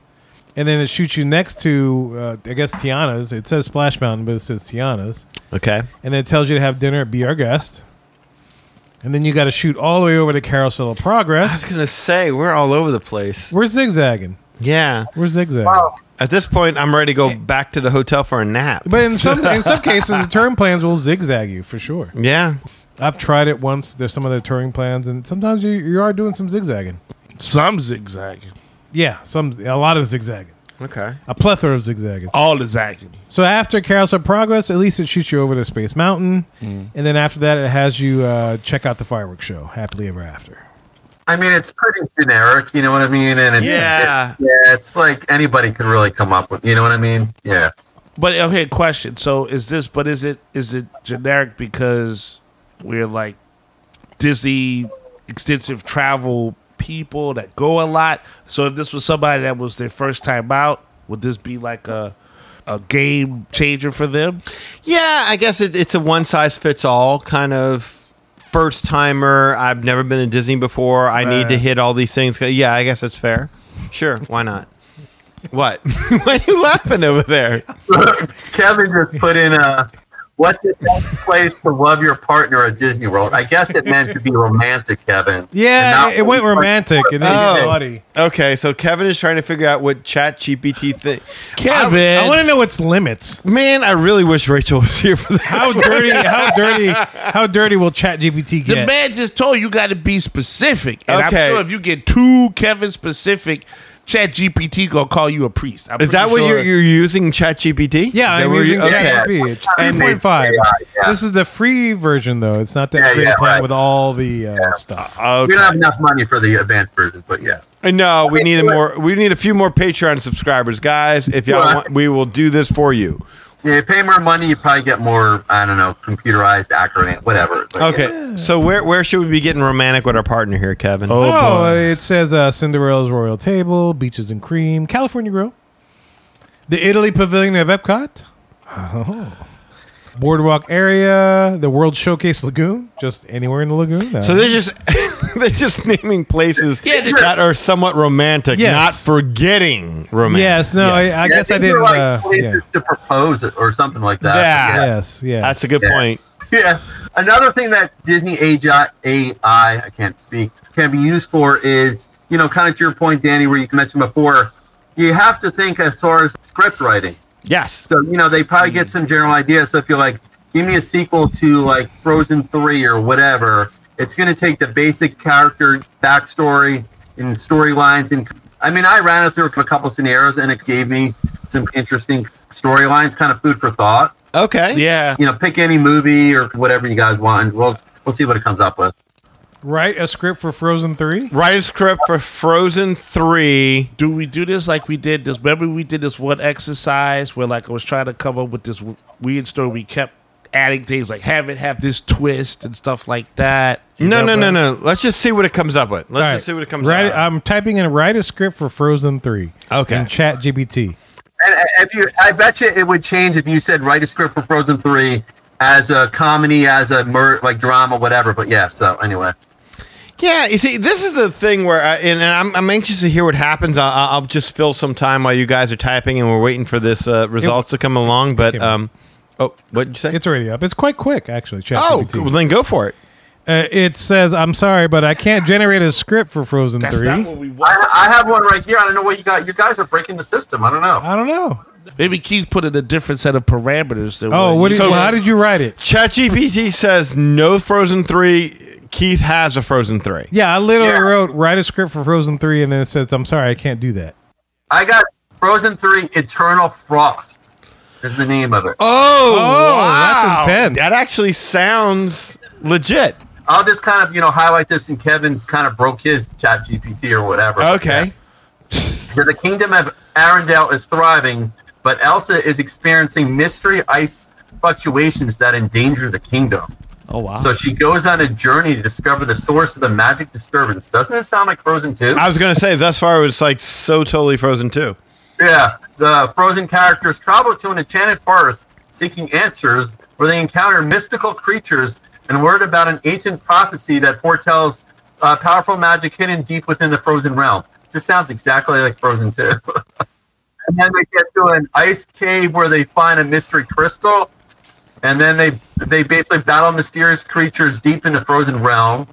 [SPEAKER 2] and then it shoots you next to, uh, I guess, Tiana's. It says Splash Mountain, but it says Tiana's.
[SPEAKER 3] Okay,
[SPEAKER 2] And then it tells you to have dinner at Be Our Guest. And then you got to shoot all the way over to Carousel of
[SPEAKER 3] I was
[SPEAKER 2] Progress.
[SPEAKER 3] gonna say we're all over the place.
[SPEAKER 2] We're zigzagging.
[SPEAKER 3] Yeah.
[SPEAKER 2] We're zigzagging.
[SPEAKER 3] At this point, I'm ready to go back to the hotel for a nap.
[SPEAKER 2] But in some in some cases, the touring plans will zigzag you for sure.
[SPEAKER 3] yeah,
[SPEAKER 2] I've tried it once. There's some other touring plans, and sometimes you, you are doing some zigzagging.
[SPEAKER 7] Some zigzagging.
[SPEAKER 2] Yeah, some a lot of zigzagging,
[SPEAKER 3] okay.
[SPEAKER 2] a plethora of zigzagging.
[SPEAKER 7] All the zagging.
[SPEAKER 2] So after Carousel of Progress, at least it shoots you over to Space Mountain, and then after that, it has you uh, check out the fireworks show, happily ever after.
[SPEAKER 8] I mean, it's pretty generic. You know what I mean? And it's,
[SPEAKER 3] Yeah.
[SPEAKER 8] it's- yeah, it's like anybody could really come up with. You know what I mean? Yeah.
[SPEAKER 7] But okay, question. So is this? But is it? Is it generic because we're like Disney extensive travel people that go a lot? So if this was somebody that was their first time out, would this be like a a game changer for them?
[SPEAKER 3] Yeah, I guess it, it's a one size fits all kind of first timer. I've never been to Disney before. I need to
[SPEAKER 7] Right.
[SPEAKER 3] hit all these things. Yeah, I guess that's fair. Sure, why not? What? why are you laughing over there?
[SPEAKER 8] Kevin just put in a what's the best place to love your partner at Disney World? I guess it meant to be romantic, Kevin. And
[SPEAKER 2] Yeah,
[SPEAKER 8] not-
[SPEAKER 2] it, it went romantic and then
[SPEAKER 3] Oh.
[SPEAKER 2] naughty.
[SPEAKER 3] Okay, so Kevin is trying to figure out what Chat GPT thing.
[SPEAKER 2] I, want to know its limits.
[SPEAKER 3] man, I really wish Rachel was here for that.
[SPEAKER 2] How dirty? How dirty? How dirty will ChatGPT
[SPEAKER 7] The
[SPEAKER 2] get?
[SPEAKER 7] man just told you, you got to be specific. And
[SPEAKER 3] Okay.
[SPEAKER 7] I'm sure if you get too Kevin specific, Chat GPT gonna call you a priest. I'm
[SPEAKER 3] Is that
[SPEAKER 7] pretty
[SPEAKER 3] what you're,
[SPEAKER 7] sure.
[SPEAKER 3] you're using Chat GPT?
[SPEAKER 2] yeah, I'm using ChatGPT. It's
[SPEAKER 8] Yeah.
[SPEAKER 2] 3.5.
[SPEAKER 8] Yeah, yeah.
[SPEAKER 2] This is the free version though. It's not the
[SPEAKER 8] Yeah,
[SPEAKER 2] free
[SPEAKER 8] yeah,
[SPEAKER 2] plan
[SPEAKER 8] right.
[SPEAKER 2] with all the uh, stuff.
[SPEAKER 8] We
[SPEAKER 3] Okay. Uh,
[SPEAKER 8] don't have enough money for the advanced version, but yeah.
[SPEAKER 3] No, we need a more. We need a few more Patreon subscribers, guys. If y'all
[SPEAKER 8] Well, I-
[SPEAKER 3] want, we will do this for you.
[SPEAKER 8] Yeah, you pay more money, you probably get more, I don't know, computerized, accurate, whatever. But,
[SPEAKER 3] Okay, so where where should we be getting romantic with our partner here, Kevin?
[SPEAKER 7] Oh,
[SPEAKER 2] Oh,
[SPEAKER 7] boy.
[SPEAKER 2] it says uh, Cinderella's Royal Table, Beaches and Cream, California Grill, the Italy Pavilion of Epcot,
[SPEAKER 3] Oh.
[SPEAKER 2] Boardwalk Area, the World Showcase Lagoon, just anywhere in the lagoon. Uh,
[SPEAKER 3] So they're just they're just naming places
[SPEAKER 7] they-
[SPEAKER 3] that are somewhat romantic,
[SPEAKER 2] Yes.
[SPEAKER 3] not forgetting romantic.
[SPEAKER 2] yes, no, I, I
[SPEAKER 8] Yeah,
[SPEAKER 2] guess I
[SPEAKER 8] think they're
[SPEAKER 2] didn't. uh,
[SPEAKER 8] Like
[SPEAKER 2] yeah.
[SPEAKER 8] places to propose or something like that.
[SPEAKER 3] Yeah.
[SPEAKER 2] Yes, yes.
[SPEAKER 3] that's a good
[SPEAKER 8] Yeah.
[SPEAKER 3] point.
[SPEAKER 8] Yeah. Another thing that Disney AI, AI, I can't speak, can be used for is, you know, kind of to your point, Danny, where you mentioned before, you have to think as far as script writing.
[SPEAKER 3] Yes,
[SPEAKER 8] So, you know, they probably get some general ideas. So if you're like, give me a sequel to like Frozen 3 or whatever, it's going to take the basic character backstory and storylines. And I mean, I ran it through a couple scenarios and it gave me some interesting storylines, kind of food for thought
[SPEAKER 3] okay,
[SPEAKER 7] yeah.
[SPEAKER 8] you know, pick any movie or whatever you guys want, and we'll we'll see what it comes up with.
[SPEAKER 2] Write a script for Frozen 3?
[SPEAKER 3] Write a script for Frozen 3.
[SPEAKER 7] do we do this like we did this? Remember, we did this one exercise where, like, I was trying to come up with this w- weird story. We kept adding things like have it have this twist and stuff like that. You
[SPEAKER 3] No, no, no,
[SPEAKER 7] remember?
[SPEAKER 3] no. Let's just see what it comes up with. Let's
[SPEAKER 2] All right. uh,
[SPEAKER 3] just see what it comes
[SPEAKER 2] Write-
[SPEAKER 3] up with.
[SPEAKER 2] I'm typing in write a script for Frozen 3.
[SPEAKER 3] Okay.
[SPEAKER 2] In chat GBT.
[SPEAKER 8] And uh, if you, I bet you it would change if you said write a script for Frozen Three as a comedy, as a mur- like drama, whatever. But yeah. So anyway,
[SPEAKER 3] Yeah, you see, this is the thing where, I, and, and I'm, I'm anxious to hear what happens. I, I- I'll just fill some time while you guys are typing, and we're waiting for this uh, results to come along. But um, oh, what did you say?
[SPEAKER 2] It's already up. It's quite quick, actually. Chat
[SPEAKER 3] oh,
[SPEAKER 2] GBT.
[SPEAKER 3] well, then go for it.
[SPEAKER 2] Uh, it says, I'm sorry, but I can't generate a script for Frozen
[SPEAKER 7] That's
[SPEAKER 2] 3.
[SPEAKER 7] not what we want.
[SPEAKER 8] I, I have one right here. I don't know what you got. You guys are breaking the system. I don't know.
[SPEAKER 2] I don't know.
[SPEAKER 7] Maybe Keith put in a different set of parameters. Than
[SPEAKER 2] Oh, what
[SPEAKER 7] what
[SPEAKER 2] did
[SPEAKER 3] So-
[SPEAKER 2] you, well, how did you write it?
[SPEAKER 3] ChatGPT says no Frozen three. Keith has a Frozen three.
[SPEAKER 2] Yeah, I literally
[SPEAKER 8] Yeah.
[SPEAKER 2] wrote write a script for Frozen 3 and then it says, I'm sorry, I can't do that.
[SPEAKER 8] I got Frozen Three: Eternal Frost is the name of it.
[SPEAKER 3] Oh,
[SPEAKER 2] that's
[SPEAKER 3] wow.
[SPEAKER 2] intense.
[SPEAKER 3] That actually sounds legit.
[SPEAKER 8] I'll just kind of you know highlight this, and Kevin kind of broke his Chat GPT or whatever.
[SPEAKER 3] Okay.
[SPEAKER 8] So the kingdom of Arendelle is thriving, but Elsa is experiencing mystery ice fluctuations that endanger the kingdom.
[SPEAKER 7] Oh, wow.
[SPEAKER 8] So she goes on a journey to discover the source of the magic disturbance. Doesn't it sound like Frozen 2?
[SPEAKER 3] I was gonna say thus far it was like so totally Frozen two.
[SPEAKER 8] Yeah, the frozen characters travel to an enchanted forest seeking answers where they encounter mystical creatures and word about an ancient prophecy that foretells uh, powerful magic hidden deep within the frozen realm. This sounds exactly like Frozen 2. and then they get to an ice cave where they find a mystery crystal. And then they they basically battle mysterious creatures deep in the frozen realm.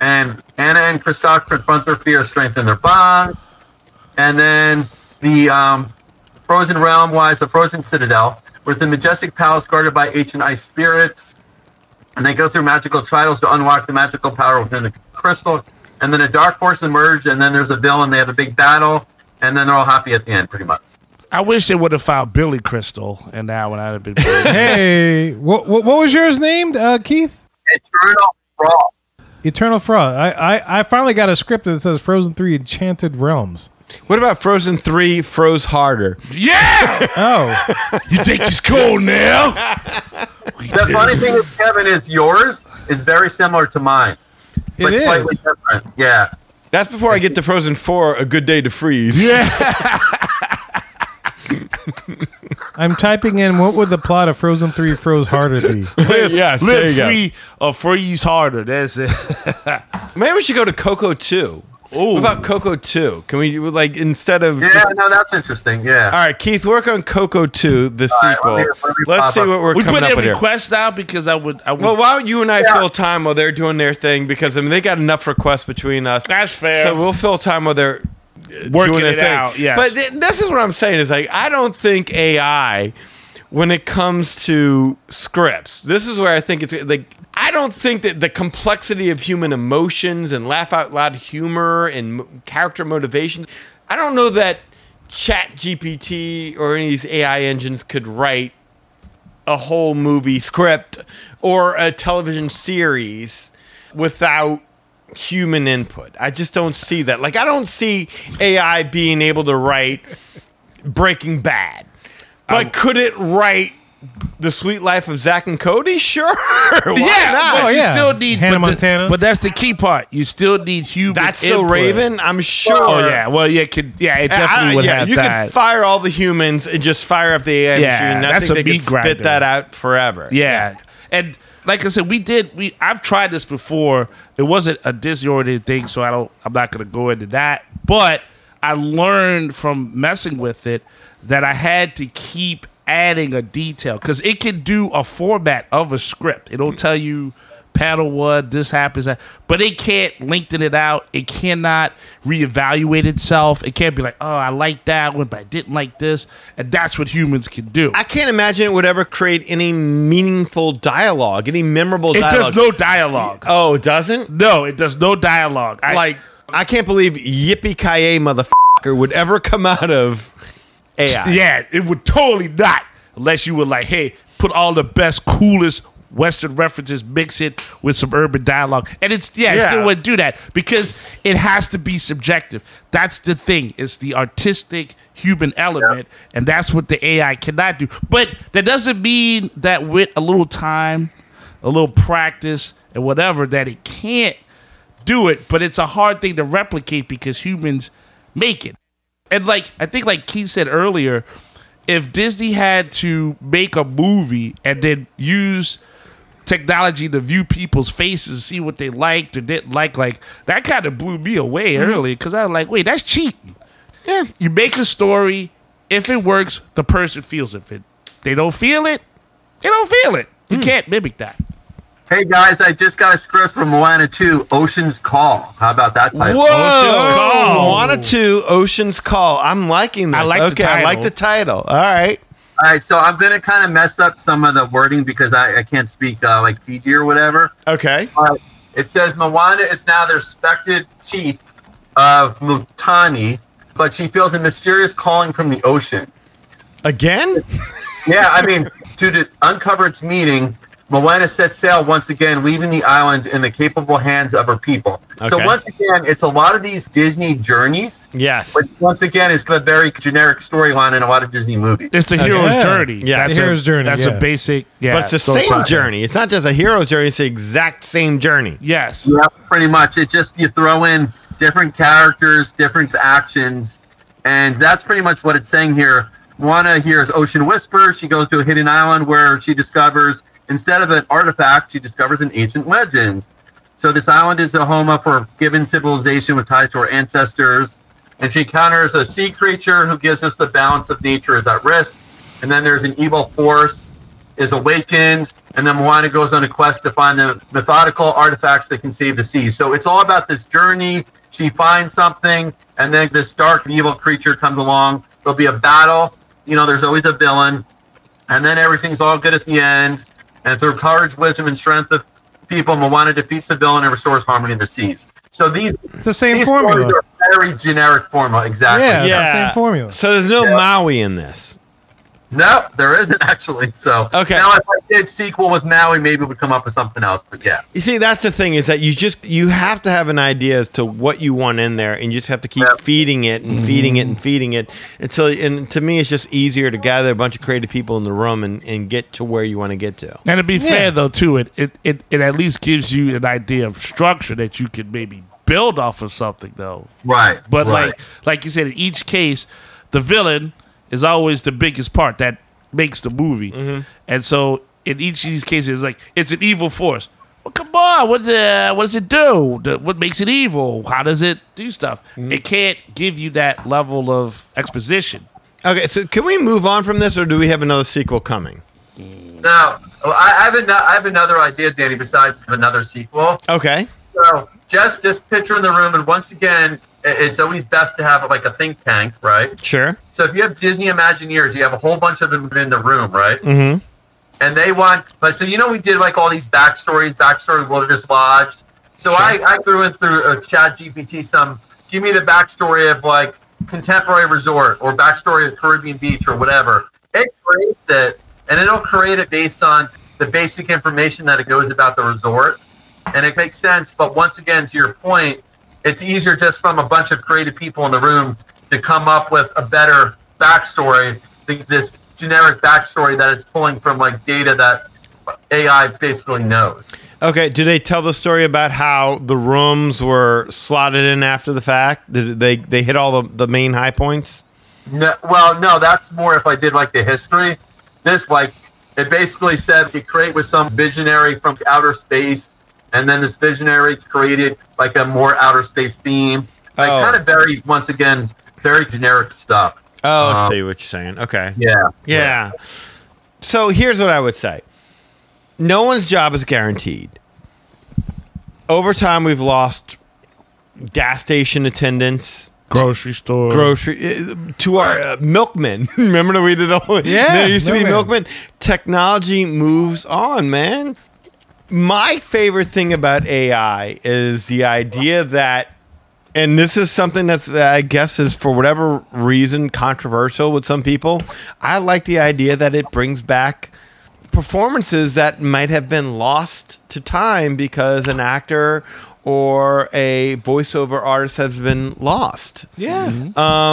[SPEAKER 8] And Anna and Kristoff confront their fear, strengthen their bond and then the um, frozen realm was the frozen citadel with the majestic palace guarded by ancient ice spirits and they go through magical trials to unlock the magical power within the crystal and then a dark force emerged and then there's a villain they have a big battle and then they're all happy at the end pretty much
[SPEAKER 7] I wish they would have found Billy Crystal, and now when I'd have been.
[SPEAKER 2] Hey, what, what, what was yours named, uh, Keith?
[SPEAKER 8] eternal Frost.
[SPEAKER 2] Eternal Frost. I, I, I finally got a script that says Frozen 3 Enchanted Realms.
[SPEAKER 3] What about Frozen three? Froze harder.
[SPEAKER 7] yeah,
[SPEAKER 2] Oh,
[SPEAKER 7] you think he's cool now? We
[SPEAKER 8] the
[SPEAKER 7] did.
[SPEAKER 8] funny thing is kevin is yours is very similar to mine
[SPEAKER 2] it
[SPEAKER 8] but slightly
[SPEAKER 2] is.
[SPEAKER 8] different yeah
[SPEAKER 3] That's before I get to Frozen four. A good day to freeze. Yeah.
[SPEAKER 2] I'm typing in what would the plot of Frozen 3 Froze Harder be?
[SPEAKER 3] live, yes. there
[SPEAKER 7] Live
[SPEAKER 3] you go.
[SPEAKER 7] free or freeze harder. That's it.
[SPEAKER 3] Maybe we should go to Coco two. What about Coco two? Can we like instead of
[SPEAKER 8] yeah
[SPEAKER 3] just-
[SPEAKER 8] no that's interesting yeah
[SPEAKER 3] all right, Keith, work on Coco two, the
[SPEAKER 8] right,
[SPEAKER 3] sequel.
[SPEAKER 8] let me- let me
[SPEAKER 3] Let's
[SPEAKER 8] pop
[SPEAKER 3] see
[SPEAKER 8] up.
[SPEAKER 3] what we're
[SPEAKER 7] we
[SPEAKER 3] coming
[SPEAKER 7] put
[SPEAKER 3] up
[SPEAKER 7] in
[SPEAKER 3] with here.
[SPEAKER 7] requests now because I would. I would
[SPEAKER 3] Well, why don't you and I fill time while they're doing their thing? Because I mean, they got enough requests between us.
[SPEAKER 7] That's fair.
[SPEAKER 3] So we'll fill time while they're
[SPEAKER 7] working
[SPEAKER 3] doing their
[SPEAKER 7] it
[SPEAKER 3] thing.
[SPEAKER 7] out. Yes.
[SPEAKER 3] But th- this is what I'm saying is like I don't think AI when it comes to scripts. This is where I think it's like I don't think that the complexity of human emotions and laugh out loud humor and m- character motivation. I don't know that Chat GPT or any of these AI engines could write a whole movie script or a television series without human input. I just don't see that. Like I don't see AI being able to write Breaking Bad. But could it write The Sweet Life of Zach and Cody? Sure. Why
[SPEAKER 7] yeah,
[SPEAKER 3] not?
[SPEAKER 7] but
[SPEAKER 2] Oh,
[SPEAKER 7] you
[SPEAKER 2] yeah.
[SPEAKER 7] still need
[SPEAKER 2] Hannah
[SPEAKER 7] but the-
[SPEAKER 2] Montana.
[SPEAKER 7] but that's the key part. You still need human.
[SPEAKER 3] That's so
[SPEAKER 7] input.
[SPEAKER 3] Raven. I'm sure.
[SPEAKER 7] Oh yeah. Well, yeah. Could, yeah, it
[SPEAKER 3] I- I-
[SPEAKER 7] definitely would
[SPEAKER 3] yeah,
[SPEAKER 7] have
[SPEAKER 3] you
[SPEAKER 7] that.
[SPEAKER 3] could fire all the humans and just fire up the AI
[SPEAKER 7] Yeah,
[SPEAKER 3] machine. I
[SPEAKER 7] that's
[SPEAKER 3] think
[SPEAKER 7] a
[SPEAKER 3] they
[SPEAKER 7] meat
[SPEAKER 3] could
[SPEAKER 7] grinder.
[SPEAKER 3] spit that out forever.
[SPEAKER 7] Yeah. And like I said, we did we I've tried this before. It wasn't a Disney oriented thing, so I don't I'm not gonna go into that. But I learned from messing with it that I had to keep adding a detail because it can do a format of a script. It'll
[SPEAKER 3] Mm.
[SPEAKER 7] tell you panel one, this happens, that, but it can't lengthen it out. It cannot reevaluate itself. It can't be like, oh, I like that one, but I didn't like this. And that's what humans can do.
[SPEAKER 3] I can't imagine it would ever create any meaningful dialogue, any memorable
[SPEAKER 7] it does
[SPEAKER 3] dialogue.
[SPEAKER 7] no dialogue.
[SPEAKER 3] oh, it doesn't?
[SPEAKER 7] No, it does no dialogue. I,
[SPEAKER 3] like, I can't believe Yippee Kaye motherfucker would ever come out of AI.
[SPEAKER 7] yeah, it would totally not unless you were like, hey, put all the best, coolest, Western references, mix it with some urban dialogue. And it's, yeah, I
[SPEAKER 3] Yeah.
[SPEAKER 7] still wouldn't do that because it has to be subjective. That's the thing. It's the artistic human element, and that's what the AI cannot do. But that doesn't mean that with a little time, a little practice, and whatever, that it can't do it, but it's a hard thing to replicate because humans make it. And like I think like Keith said earlier, if Disney had to make a movie and then use technology to view people's faces, see what they liked or didn't like, like that kind of blew me away
[SPEAKER 2] Mm-hmm.
[SPEAKER 7] early because I was like, wait, that's cheating. Yeah. You make a story, if it works, the person feels it. If it they don't feel it, they don't feel it.
[SPEAKER 2] Mm.
[SPEAKER 7] You can't mimic that.
[SPEAKER 8] Hey guys, I just got a script from Moana 2, Ocean's Call. How about that title?
[SPEAKER 3] Whoa! Moana 2, Ocean's Call. I'm liking this.
[SPEAKER 7] I like the
[SPEAKER 3] okay, I like
[SPEAKER 7] title.
[SPEAKER 3] the title. All right.
[SPEAKER 8] All right, so I'm gonna kind of mess up some of the wording because I, I can't speak uh, like Fiji or whatever.
[SPEAKER 3] Okay.
[SPEAKER 8] But it says Moana is now the respected chief of Mutani, but she feels a mysterious calling from the ocean.
[SPEAKER 3] Again?
[SPEAKER 8] Yeah, I mean, to the- uncover its meaning, Moana sets sail once again, leaving the island in the capable hands of her people. So
[SPEAKER 3] Okay.
[SPEAKER 8] once again, it's a lot of these Disney journeys,
[SPEAKER 3] Yes.
[SPEAKER 8] which once again is the very generic storyline in a lot of Disney movies.
[SPEAKER 7] It's the hero's
[SPEAKER 2] Oh, Yeah.
[SPEAKER 7] journey.
[SPEAKER 3] Yeah.
[SPEAKER 7] that's
[SPEAKER 2] The
[SPEAKER 7] a-
[SPEAKER 2] hero's journey,
[SPEAKER 7] That's
[SPEAKER 2] yeah.
[SPEAKER 7] a basic. Yeah,
[SPEAKER 3] But it's the
[SPEAKER 7] story
[SPEAKER 3] same
[SPEAKER 7] time.
[SPEAKER 3] journey. It's not just a hero's journey, it's the exact same journey.
[SPEAKER 7] Yes.
[SPEAKER 8] Yeah, pretty much. It just you throw in different characters, different actions, and that's pretty much what it's saying here. Moana hears ocean whispers. She goes to a hidden island where she discovers, instead of an artifact, she discovers an ancient legend. So this island is a home of her given civilization with ties to her ancestors, and she encounters a sea creature who gives us the balance of nature is at risk. And then there's an evil force is awakened, and then Moana goes on a quest to find the methodical artifacts that can save the sea. So it's all about this journey. She finds something, and then this dark evil creature comes along. There'll be a battle. You know, there's always a villain, and then everything's all good at the end. And through courage, wisdom, and strength of people, Moana defeats the villain and restores harmony in the seas. So these
[SPEAKER 2] It's the same
[SPEAKER 8] these
[SPEAKER 2] formula.
[SPEAKER 8] stories are very generic formula, exactly.
[SPEAKER 2] Yeah. Same formula.
[SPEAKER 3] So there's no Maui in this.
[SPEAKER 8] No, there isn't actually. So
[SPEAKER 3] Okay.
[SPEAKER 8] now if I did sequel with Maui, maybe we would come up with something else. But yeah.
[SPEAKER 3] You see, that's the thing is that you just you have to have an idea as to what you want in there, and you just have to keep
[SPEAKER 8] Yep.
[SPEAKER 3] feeding it and feeding it and feeding it until. And to me, it's just easier to gather a bunch of creative people in the room and, and get to where you want to get to.
[SPEAKER 7] And to be fair though, too, it, it it it at least gives you an idea of structure that you could maybe build off of something though.
[SPEAKER 8] Right.
[SPEAKER 7] But
[SPEAKER 8] right.
[SPEAKER 7] like like you said, in each case, the villain is always the biggest part that makes the movie.
[SPEAKER 3] Mm-hmm.
[SPEAKER 7] And so in each of these cases, it's like it's an evil force. Well, come on, what the, what does it do? The- what makes it evil? How does it do stuff?
[SPEAKER 3] Mm-hmm.
[SPEAKER 7] It can't give you that level of exposition.
[SPEAKER 3] Okay, so can we move on from this, or do we have another sequel coming?
[SPEAKER 8] now, well, I, I have an, I have another idea, Danny. Besides another sequel,
[SPEAKER 3] Okay,
[SPEAKER 8] so just just picture in the room, and once again, i- it's always best to have like a think tank, right?
[SPEAKER 3] sure.
[SPEAKER 8] So if you have Disney Imagineers, you have a whole bunch of them in the room, right?
[SPEAKER 3] Mhm.
[SPEAKER 8] And they want, but so you know, we did like all these backstories, backstory Wilderness Lodge. So I, I threw in through a chat GPT some, give me the backstory of like contemporary resort or backstory of Caribbean beach or whatever. It creates it and it'll create it based on the basic information that it goes about the resort. And it makes sense. But once again, to your point, it's easier just from a bunch of creative people in the room to come up with a better backstory than this generic backstory that it's pulling from like data that AI basically knows.
[SPEAKER 3] Okay, do they tell the story about how the rooms were slotted in after the fact? Did they they hit all the, the main high points?
[SPEAKER 8] No, well, no, that's more if I did like the history. This like it basically said you create with some visionary from outer space, and then this visionary created like a more outer space theme. Like
[SPEAKER 3] Oh.
[SPEAKER 8] kind of very once again very generic stuff.
[SPEAKER 3] Oh,
[SPEAKER 8] Um,
[SPEAKER 3] let's see what you're saying. Okay,
[SPEAKER 8] Yeah.
[SPEAKER 3] Yeah. So here's what I would say. No one's job is guaranteed. Over time, we've lost gas station attendants,
[SPEAKER 2] Oh.
[SPEAKER 7] Grocery store.
[SPEAKER 3] grocery uh, to our uh, milkmen. Remember that we did all.
[SPEAKER 2] Yeah,
[SPEAKER 3] there used to be
[SPEAKER 2] milkmen.
[SPEAKER 3] milkmen. Technology moves on, man. My favorite thing about AI is the idea that and this is something that's uh, I guess is for whatever reason controversial with some people. I like the idea that it brings back performances that might have been lost to time because an actor or a voiceover artist has been lost. Mm-hmm.
[SPEAKER 2] Yeah.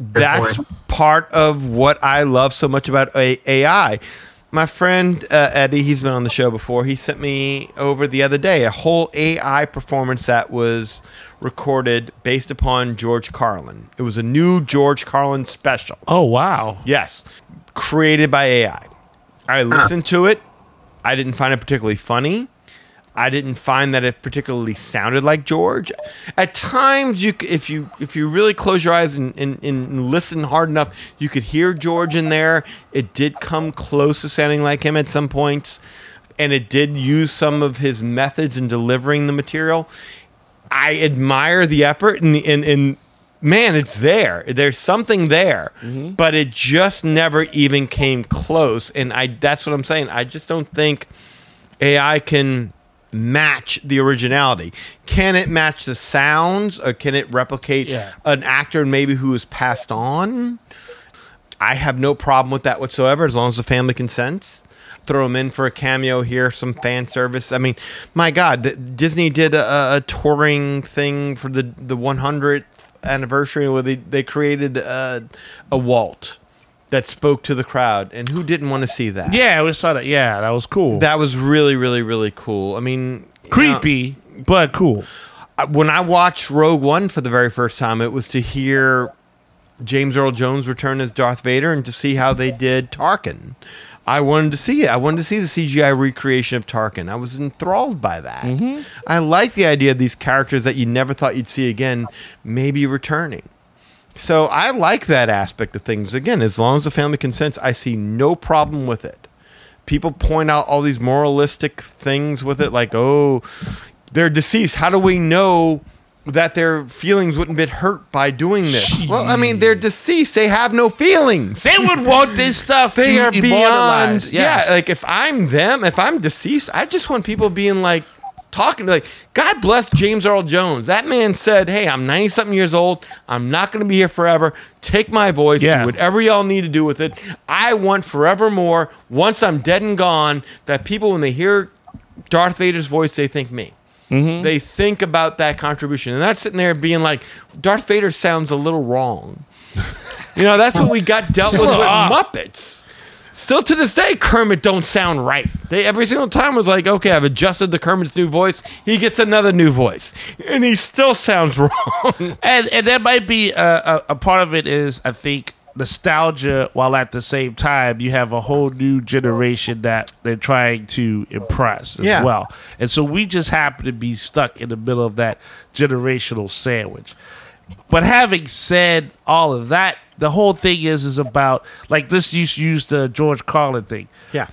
[SPEAKER 3] That's
[SPEAKER 8] point.
[SPEAKER 3] part of what I love so much about a- AI. My friend uh, Eddie, he's been on the show before. He sent me over the other day a whole AI performance that was recorded based upon George Carlin. It was a new George Carlin special.
[SPEAKER 7] Oh wow.
[SPEAKER 3] Yes, created by AI. I listened to it. I didn't find it particularly funny. I didn't find that it particularly sounded like George. At times, you c- if you if you really close your eyes and, and, and listen hard enough, you could hear George in there. It did come close to sounding like him at some points, and it did use some of his methods in delivering the material. I admire the effort and and, and man, it's there. There's something there, but it just never even came close. And I that's what I'm saying. I just don't think AI can match the originality. Can it match the sounds? Or can it replicate
[SPEAKER 7] Yeah.
[SPEAKER 3] an actor maybe who is passed on? I have no problem with that whatsoever, as long as the family consents. Throw them in for a cameo here, some fan service. I mean, my God, th- Disney did a- a, a touring thing for the the 100th anniversary where they they created a, a Walt that spoke to the crowd, and who didn't want to see that?
[SPEAKER 7] Yeah, we saw that. Yeah, that was cool.
[SPEAKER 3] that was really, really, really cool. I mean, you know,
[SPEAKER 7] Creepy, but cool.
[SPEAKER 3] I- when I watched Rogue One for the very first time, it was to hear James Earl Jones return as Darth Vader and to see how they did Tarkin. I wanted to see it. I wanted to see the CGI recreation of Tarkin. I was enthralled by that. I like the idea of these characters that you never thought you'd see again, maybe returning. So I like that aspect of things. Again, as long as the family consents, I see no problem with it. People point out all these moralistic things with it, like, oh, they're deceased. How do we know that their feelings wouldn't be hurt by doing this? Well, I mean, they're deceased. They have no feelings.
[SPEAKER 7] They would want this stuff.
[SPEAKER 3] They
[SPEAKER 7] to
[SPEAKER 3] are beyond.
[SPEAKER 7] immortalize. Yes.
[SPEAKER 3] Yeah, like if I'm them, if I'm deceased, I just want people being like talking like God bless James Earl Jones. That man said, "Hey, I'm 90 something years old. I'm not going to be here forever. Take my voice,
[SPEAKER 7] Yeah.
[SPEAKER 3] do whatever y'all need to do with it. I want forevermore once I'm dead and gone that people when they hear Darth Vader's voice, they think me." Mm-hmm. They think about that contribution, and that's sitting there being like, "Darth Vader sounds a little wrong." You know, that's what we got dealt with with
[SPEAKER 7] little off.
[SPEAKER 3] Muppets. Still to this day, Kermit don't sound right. They every single time was like, okay, I've adjusted to Kermit's new voice. He gets another new voice, and he still sounds wrong.
[SPEAKER 7] and and that might be a, a, a part of it is I think nostalgia while at the same time you have a whole new generation that they're trying to impress as
[SPEAKER 3] Yeah.
[SPEAKER 7] well and so we just happen to be stuck in the middle of that generational sandwich but having said all of that the whole thing is is about like this you use the george carlin thing
[SPEAKER 3] Yeah,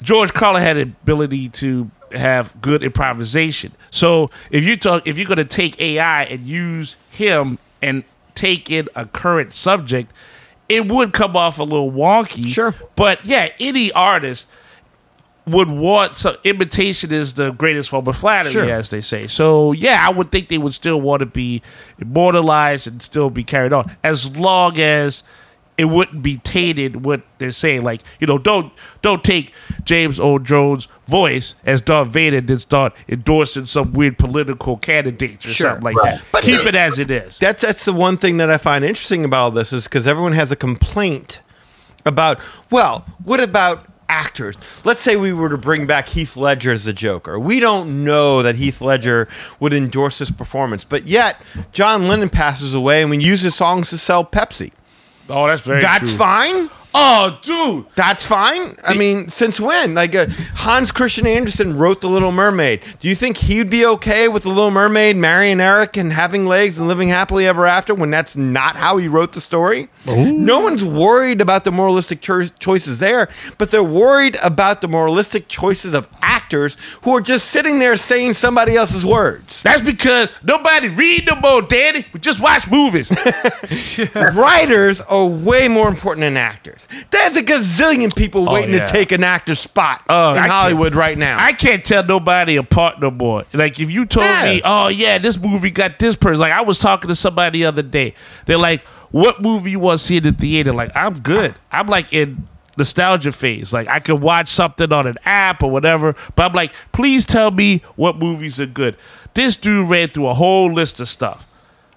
[SPEAKER 7] George Carlin had the ability to have good improvisation. So if you talk, if you're going to take AI and use him and take in a current subject, it would come off a little wonky.
[SPEAKER 3] Sure.
[SPEAKER 7] but yeah, any artist would want so imitation is the greatest form of flattery,
[SPEAKER 3] Sure.
[SPEAKER 7] as they say. So yeah, I would think they would still want to be immortalized and still be carried on as long as it wouldn't be tainted what they're saying. Like you know, don't don't take James O. Jones' voice as Darth Vader and then start endorsing some weird political candidates or
[SPEAKER 3] Sure,
[SPEAKER 7] something like
[SPEAKER 3] right.
[SPEAKER 7] that. Keep it as it is.
[SPEAKER 3] that's that's the one thing that I find interesting about all this is because everyone has a complaint about. Well, what about actors? Let's say we were to bring back Heath Ledger as the Joker. We don't know that Heath Ledger would endorse this performance, but yet John Lennon passes away, and we use his songs to sell Pepsi.
[SPEAKER 7] oh, that's very
[SPEAKER 3] That's
[SPEAKER 7] true.
[SPEAKER 3] fine.
[SPEAKER 7] Oh, dude.
[SPEAKER 3] That's fine. I mean, since when? Like uh, Hans Christian Andersen wrote The Little Mermaid. Do you think he'd be okay with The Little Mermaid marrying Eric and having legs and living happily ever after when that's not how he wrote the story? No one's worried about the moralistic cho- choices there, but they're worried about the moralistic choices of actors who are just sitting there saying somebody else's words.
[SPEAKER 7] That's because nobody read no more, Danny. We just watch movies.
[SPEAKER 3] Writers are way more important than actors. There's a gazillion people waiting
[SPEAKER 7] Oh, yeah.
[SPEAKER 3] to take an actor's spot
[SPEAKER 7] Oh,
[SPEAKER 3] in
[SPEAKER 7] I can't-
[SPEAKER 3] Hollywood right now.
[SPEAKER 7] I can't tell nobody apart no more. Like if you told
[SPEAKER 3] Yeah.
[SPEAKER 7] me, oh yeah, this movie got this person. Like I was talking to somebody the other day. They're like, "What movie you want to see in the theater?" Like I'm good. I'm like in nostalgia phase. Like I could watch something on an app or whatever, but I'm like, please tell me what movies are good. This dude ran through a whole list of stuff.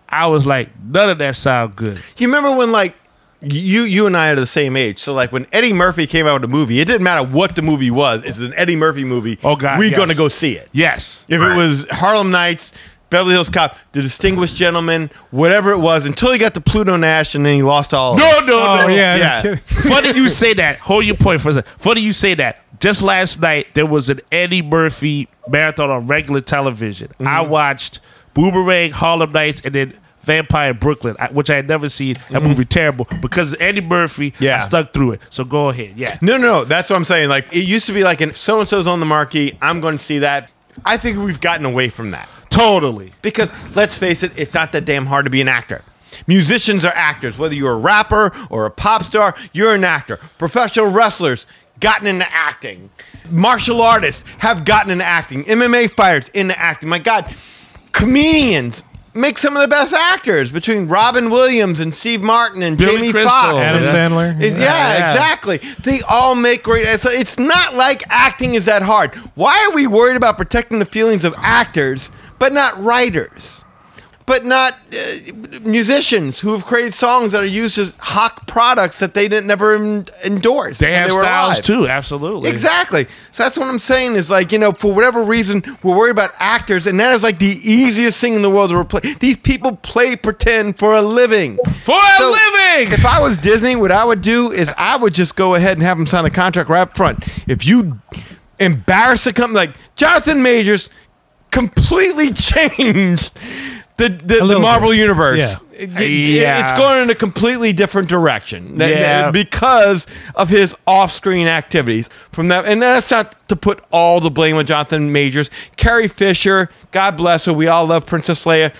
[SPEAKER 7] I was like, none of that sound good.
[SPEAKER 3] You remember when like you you and I are the same age, so like when Eddie Murphy came out with a movie, it didn't matter what the movie was. It's an Eddie Murphy movie.
[SPEAKER 7] Oh, God,
[SPEAKER 3] we're
[SPEAKER 7] yes.
[SPEAKER 3] gonna go see it.
[SPEAKER 7] Yes.
[SPEAKER 3] If it was Harlem Nights, Beverly Hills Cop, The Distinguished Gentleman, whatever it was, until he got to Pluto Nash and then he lost all.
[SPEAKER 7] No, no, no.
[SPEAKER 2] Oh yeah,
[SPEAKER 3] Yeah.
[SPEAKER 2] no kidding.
[SPEAKER 7] Funny you say that. Hold your point for a second. Funny you say that. Just last night there was an Eddie Murphy marathon on regular television. I watched Boomerang, Harlem Nights, and then Vampire in Brooklyn, I- which I had never seen. That movie terrible because of Eddie Murphy.
[SPEAKER 3] Yeah.
[SPEAKER 7] I stuck through it. So go ahead. Yeah.
[SPEAKER 3] No, no, no. That's what I'm saying. Like it used to be like, if so and so's on the marquee, I'm going to see that. I think we've gotten away from that
[SPEAKER 7] Totally.
[SPEAKER 3] because let's face it, it's not that damn hard to be an actor. Musicians are actors. Whether you're a rapper or a pop star, you're an actor. Professional wrestlers gotten into acting. Martial artists have gotten into acting. MMA fighters into acting. My God, comedians. Make some of the best actors between Robin Williams and Steve Martin and
[SPEAKER 7] Billy
[SPEAKER 3] Jamie
[SPEAKER 7] Crystal.
[SPEAKER 3] Foxx.
[SPEAKER 2] Adam
[SPEAKER 3] And-
[SPEAKER 2] Sandler.
[SPEAKER 3] it- yeah,
[SPEAKER 7] yeah.
[SPEAKER 3] exactly. They all make great. It's, it's not like acting is that hard. Why are we worried about protecting the feelings of actors, but not writers, but not uh, musicians who have created songs that are used as hock products that they didn't never en- endorse?
[SPEAKER 7] They
[SPEAKER 3] when
[SPEAKER 7] have
[SPEAKER 3] were
[SPEAKER 7] styles
[SPEAKER 3] alive.
[SPEAKER 7] too. Absolutely.
[SPEAKER 3] Exactly. So that's what I'm saying is like, you know, for whatever reason, we're worried about actors, and that is like the easiest thing in the world to replace. These people play pretend for a living.
[SPEAKER 7] For a
[SPEAKER 3] So,
[SPEAKER 7] living.
[SPEAKER 3] If I was Disney, what I would do is I would just go ahead and have them sign a contract right up front. If you embarrass the company, like Jonathan Majors completely changed the, the, the
[SPEAKER 2] little
[SPEAKER 3] Marvel
[SPEAKER 2] bit.
[SPEAKER 3] Universe.
[SPEAKER 2] Yeah.
[SPEAKER 3] It- it-
[SPEAKER 7] Yeah.
[SPEAKER 3] It's going in a completely different direction Th- th-
[SPEAKER 7] Yeah.
[SPEAKER 3] because of his off-screen activities from that and that's not to put all the blame on Jonathan Majors Carrie Fisher God bless her we all love Princess Leia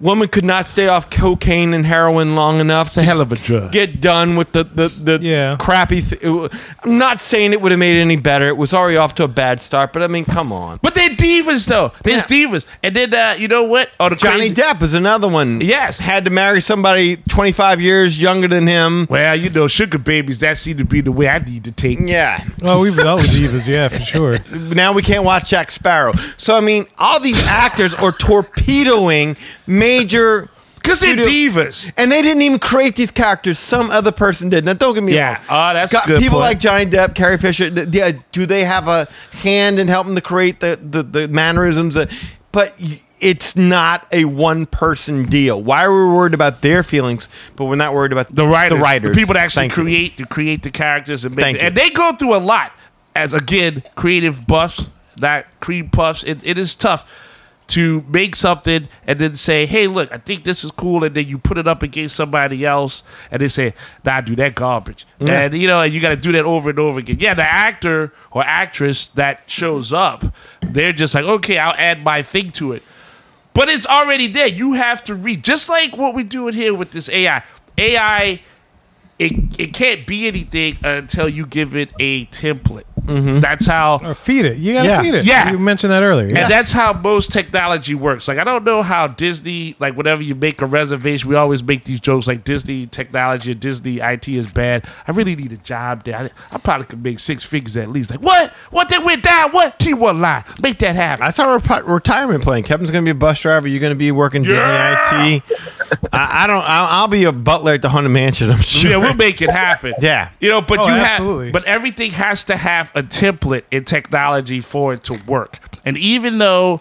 [SPEAKER 3] woman could not stay off cocaine and heroin long enough
[SPEAKER 7] It's a hell of a drug.
[SPEAKER 3] get done with the the, the
[SPEAKER 2] Yeah.
[SPEAKER 3] crappy. Th- it wa- I'm not saying it would have made it any better. It was already off to a bad start, but I mean, come on.
[SPEAKER 7] but they're divas though. There's divas. And then uh, you know what? Oh, the
[SPEAKER 3] Johnny
[SPEAKER 7] crazy-
[SPEAKER 3] Depp is another one.
[SPEAKER 7] Yes.
[SPEAKER 3] had to marry somebody 25 years younger than him.
[SPEAKER 7] Well, you know, sugar babies, that seemed to be the way I need to take.
[SPEAKER 3] Yeah.
[SPEAKER 2] Oh, we've dealt with divas, yeah, for sure.
[SPEAKER 3] Now we can't watch Jack Sparrow. So I mean, all these actors are torpedoing major.
[SPEAKER 7] Because they're
[SPEAKER 3] studio-
[SPEAKER 7] divas.
[SPEAKER 3] And they didn't even create these characters. Some other person did. Now, don't get me
[SPEAKER 7] Yeah.
[SPEAKER 3] wrong.
[SPEAKER 7] Ah, that's a good
[SPEAKER 3] People
[SPEAKER 7] point.
[SPEAKER 3] like Johnny Depp, Carrie Fisher. th- yeah, do they have a hand in helping to create the the, the mannerisms? that- but y- it's not a one person deal. Why are we worried about their feelings, but we're not worried about
[SPEAKER 7] the writers,
[SPEAKER 3] the writers,
[SPEAKER 7] people that actually
[SPEAKER 3] Thank you.
[SPEAKER 7] create to create the characters and make
[SPEAKER 3] Thank
[SPEAKER 7] it-
[SPEAKER 3] you.
[SPEAKER 7] and they go through a lot as again creative buffs, not cream puffs. It, it is tough to make something and then say, "Hey, look, I think this is cool," and then you put it up against somebody else, and they say, "Nah, dude, that garbage." And you know, and you got to do that over and over again. Yeah, the actor or actress that shows up, they're just like, "Okay, I'll add my thing to it." But it's already there. You have to read. Just like what we're doing here with this AI. AI, it, it can't be anything until you give it a template. That's how.
[SPEAKER 2] Or Uh, feed it. You gotta
[SPEAKER 3] Yeah.
[SPEAKER 2] feed it.
[SPEAKER 7] Yeah.
[SPEAKER 2] You mentioned that earlier. Yeah.
[SPEAKER 7] And that's how most technology works. Like I don't know how Disney, like whenever you make a reservation, we always make these jokes like Disney technology or Disney IT is bad. I really need a job there. I, I probably could make six figures at least. Like what? What they went down? What? T one lie. Make that happen.
[SPEAKER 3] That's our rep- retirement plan. Kevin's going to be a bus driver. You're going to be working Disney IT. I, I don't. I'll, I'll be a butler at the Haunted Mansion. I'm sure.
[SPEAKER 7] Yeah, we'll make it happen.
[SPEAKER 3] Yeah.
[SPEAKER 7] You know, but
[SPEAKER 2] Oh,
[SPEAKER 7] you
[SPEAKER 2] absolutely.
[SPEAKER 7] have but everything has to have a template in technology for it to work. And even though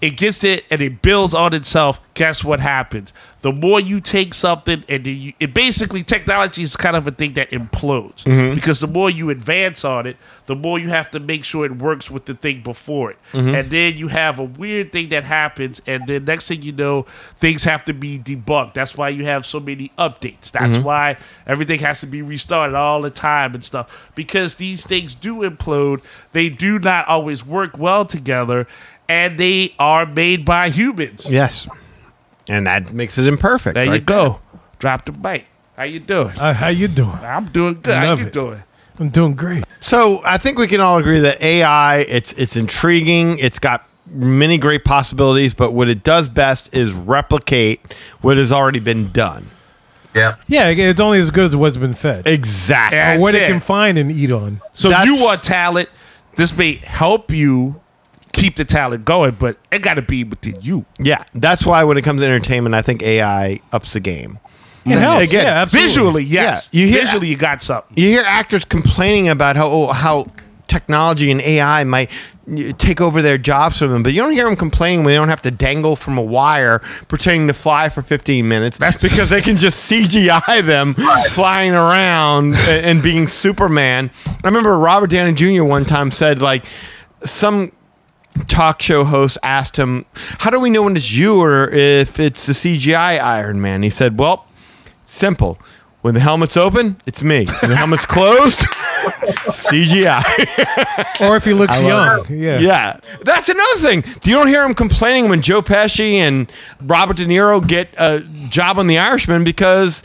[SPEAKER 7] it gets it and it builds on itself, guess what happens? The more you take something and then you, it basically technology is kind of a thing that implodes
[SPEAKER 3] Mm-hmm.
[SPEAKER 7] because the more you advance on it, the more you have to make sure it works with the thing before it. And then you have a weird thing that happens and then next thing you know, things have to be debunked. That's why you have so many updates. That's why everything has to be restarted all the time and stuff because these things do implode. They do not always work well together and they are made by humans.
[SPEAKER 3] Yes. And that makes it imperfect.
[SPEAKER 7] There you
[SPEAKER 3] right?
[SPEAKER 7] go. Drop the mic. How you doing?
[SPEAKER 2] Uh, how you doing?
[SPEAKER 7] I'm doing good. How
[SPEAKER 2] love
[SPEAKER 7] you
[SPEAKER 2] it.
[SPEAKER 7] doing?
[SPEAKER 2] I'm doing great.
[SPEAKER 3] So I think we can all agree that AI it's it's intriguing. It's got many great possibilities, but what it does best is replicate what has already been done.
[SPEAKER 8] Yep.
[SPEAKER 2] Yeah, it's only as good as what's been fed.
[SPEAKER 3] Exactly.
[SPEAKER 7] Yeah.
[SPEAKER 2] or what it
[SPEAKER 7] that's it.
[SPEAKER 2] can find and eat on.
[SPEAKER 7] So
[SPEAKER 3] That's-
[SPEAKER 7] you are talent. This may help you keep the talent going, but it got to be within you.
[SPEAKER 3] Yeah, that's why when it comes to entertainment, I think AI ups the game.
[SPEAKER 2] It helps.
[SPEAKER 3] Again,
[SPEAKER 2] yeah, absolutely.
[SPEAKER 7] Visually, yes.
[SPEAKER 3] Yeah, you hear-
[SPEAKER 7] Visually, you got something.
[SPEAKER 3] You hear actors complaining about how oh, how technology and AI might y- take over their jobs from them, but you don't hear them complaining when they don't have to dangle from a wire pretending to fly for 15 minutes. That's because they can just CGI them flying around a- and being Superman. I remember Robert Downey Jr. one time said like some talk show host asked him, "How do we know when it's you or if it's the CGI Iron Man?" He said, "Well, simple. When the helmet's open, it's me. When the helmet's closed, CGI."
[SPEAKER 2] Or if he looks young. Yeah.
[SPEAKER 3] yeah, that's another thing. You don't hear him complaining when Joe Pesci and Robert De Niro get a job on The Irishman because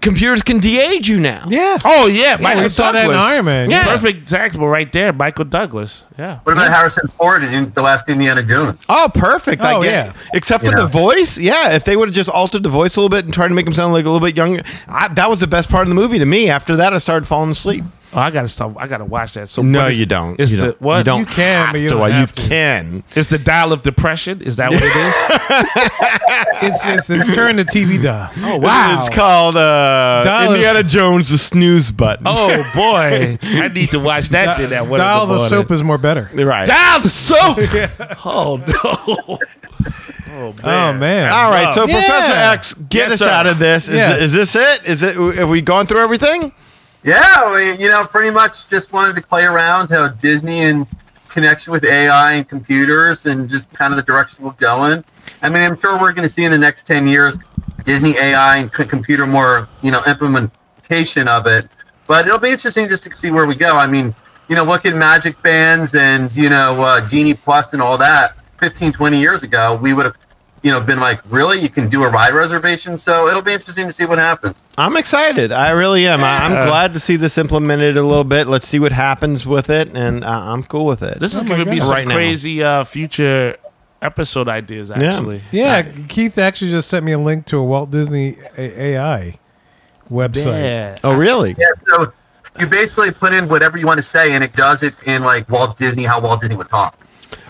[SPEAKER 3] computers can de-age you now.
[SPEAKER 2] Yeah.
[SPEAKER 7] Oh yeah, Michael
[SPEAKER 2] we saw that in
[SPEAKER 7] Douglas.
[SPEAKER 2] Iron Man.
[SPEAKER 3] Yeah.
[SPEAKER 7] Perfect example right there, Michael Douglas. Yeah.
[SPEAKER 8] What about Harrison Ford in the last Indiana Jones?
[SPEAKER 3] Oh, perfect. I
[SPEAKER 2] Oh,
[SPEAKER 3] get
[SPEAKER 2] yeah.
[SPEAKER 3] it. Except for the voice. Yeah, if they would have just altered the voice a little bit and tried to make him sound like a little bit younger, I, that was the best part of the movie to me. After that, I started falling asleep.
[SPEAKER 7] Oh, I gotta stop. I gotta watch that. So
[SPEAKER 3] No,
[SPEAKER 7] what is-
[SPEAKER 3] you don't.
[SPEAKER 7] It's
[SPEAKER 3] you
[SPEAKER 7] the
[SPEAKER 3] don't.
[SPEAKER 7] what?
[SPEAKER 3] You don't
[SPEAKER 2] You can,
[SPEAKER 3] have
[SPEAKER 2] but you
[SPEAKER 3] to.
[SPEAKER 2] don't
[SPEAKER 3] Well,
[SPEAKER 2] have
[SPEAKER 3] you
[SPEAKER 2] to.
[SPEAKER 3] can.
[SPEAKER 7] It's the dial of depression. Is that what it is?
[SPEAKER 2] It's, it's, it's turn the TV dial. Oh,
[SPEAKER 3] It's called uh,
[SPEAKER 2] Dial is-
[SPEAKER 3] Indiana Jones, the snooze button.
[SPEAKER 7] oh boy, I need to watch that. thing at one in
[SPEAKER 2] Dial
[SPEAKER 7] the
[SPEAKER 2] the
[SPEAKER 7] morning.
[SPEAKER 2] soap is more better.
[SPEAKER 3] right.
[SPEAKER 7] Dial the soap. Oh no. Oh
[SPEAKER 2] Oh, man.
[SPEAKER 3] All right. So,
[SPEAKER 2] Yeah.
[SPEAKER 3] Professor X, get
[SPEAKER 7] Yes,
[SPEAKER 3] us
[SPEAKER 7] sir.
[SPEAKER 3] out of this. Is,
[SPEAKER 2] Yes.
[SPEAKER 3] is this it? Is it? Have we gone through everything?
[SPEAKER 8] Yeah, we, you know, pretty much just wanted to play around how Disney and connection with AI and computers and just kind of the direction we're going. I mean, I'm sure we're going to see in the next 10 years Disney AI and c- computer more, you know, implementation of it. But it'll be interesting just to see where we go. I mean, you know, look at Magic Bands and, you know, uh, Genie Plus and all that. 15, 20 years ago, we would have, you know, been like, really? You can do a ride reservation? So it'll be interesting to see what happens.
[SPEAKER 3] I'm excited. I really am. I, I'm glad to see this implemented a little bit. Let's see what happens with it, and uh, I'm cool with it.
[SPEAKER 7] This is
[SPEAKER 2] Oh, my
[SPEAKER 7] giving me
[SPEAKER 2] God.
[SPEAKER 7] some
[SPEAKER 3] Right now.
[SPEAKER 7] crazy uh, future episode ideas. Actually,
[SPEAKER 2] Yeah, Keith actually just sent me a link to a Walt Disney a- AI website.
[SPEAKER 7] yeah.
[SPEAKER 3] oh, really?
[SPEAKER 8] Yeah, so you basically put in whatever you want to say, and it does it in like Walt Disney, how Walt Disney would talk.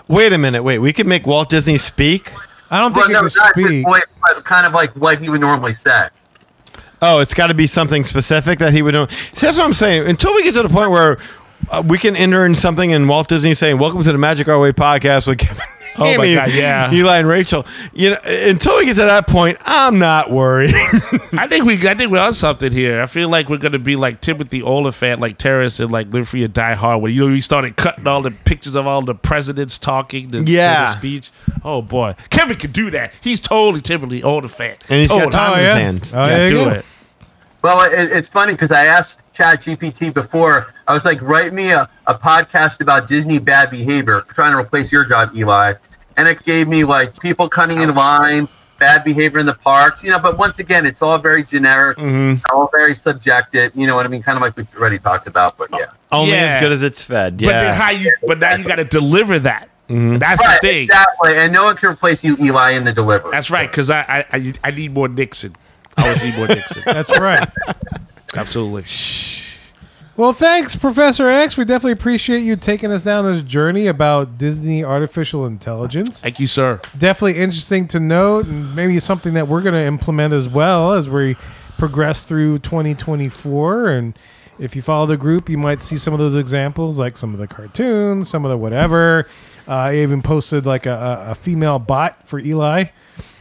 [SPEAKER 3] Wait a minute. Wait, we can make Walt Disney speak.
[SPEAKER 2] I don't think
[SPEAKER 8] Well, no,
[SPEAKER 2] it
[SPEAKER 8] not
[SPEAKER 2] can
[SPEAKER 8] his
[SPEAKER 2] speak.
[SPEAKER 8] voice, but kind of like what he would normally say.
[SPEAKER 3] Oh, it's got to be something specific that he would know. See, that's what I'm saying. Until we get to the point where uh, we can enter in something and Walt Disney saying, "Welcome to the Magic Our Way podcast with Kevin."
[SPEAKER 7] Oh my
[SPEAKER 3] Amy,
[SPEAKER 7] God, yeah.
[SPEAKER 3] Eli and Rachel. You know, until we get to that point, I'm not worried.
[SPEAKER 7] I think we I think we're on something here. I feel like we're gonna be like Timothy Oliphant, like terrorists and like Live Free or Die Hard, where you know we started cutting all the pictures of all the presidents talking the,
[SPEAKER 3] Yeah.
[SPEAKER 7] the speech. Oh boy. Kevin can do that. He's totally Timothy Oliphant.
[SPEAKER 3] and he's
[SPEAKER 7] Totally.
[SPEAKER 3] got time in
[SPEAKER 2] yeah.
[SPEAKER 3] his hands.
[SPEAKER 2] Oh, yeah. There you
[SPEAKER 7] do
[SPEAKER 2] go.
[SPEAKER 7] it.
[SPEAKER 8] Well, it, it's funny because I asked Chat GPT before. I was like, write me a, a podcast about Disney bad behavior, trying to replace your job, Eli. And it gave me like people cutting in line, bad behavior in the parks, you know. But once again, it's all very generic, all very subjective. You know what I mean? Kind of like we already talked about, but yeah.
[SPEAKER 3] Only
[SPEAKER 7] Yeah.
[SPEAKER 3] as good as it's fed.
[SPEAKER 7] But then
[SPEAKER 3] Yeah. Mm-hmm.
[SPEAKER 7] how you but now you gotta deliver that. That's
[SPEAKER 8] Right,
[SPEAKER 7] the thing.
[SPEAKER 8] exactly. And no one can replace you, Eli, in the delivery.
[SPEAKER 7] That's right, because I, I I I need more Nixon. I always need more Nixon.
[SPEAKER 2] That's right.
[SPEAKER 7] Absolutely.
[SPEAKER 2] Well, thanks, Professor X. We definitely appreciate you taking us down this journey about Disney artificial intelligence.
[SPEAKER 7] Thank you, sir.
[SPEAKER 2] Definitely interesting to note, and maybe something that we're going to implement as well as we progress through 2024. And if you follow the group, you might see some of those examples, like some of the cartoons, some of the whatever. Uh, I even posted like a, a- a female bot for Eli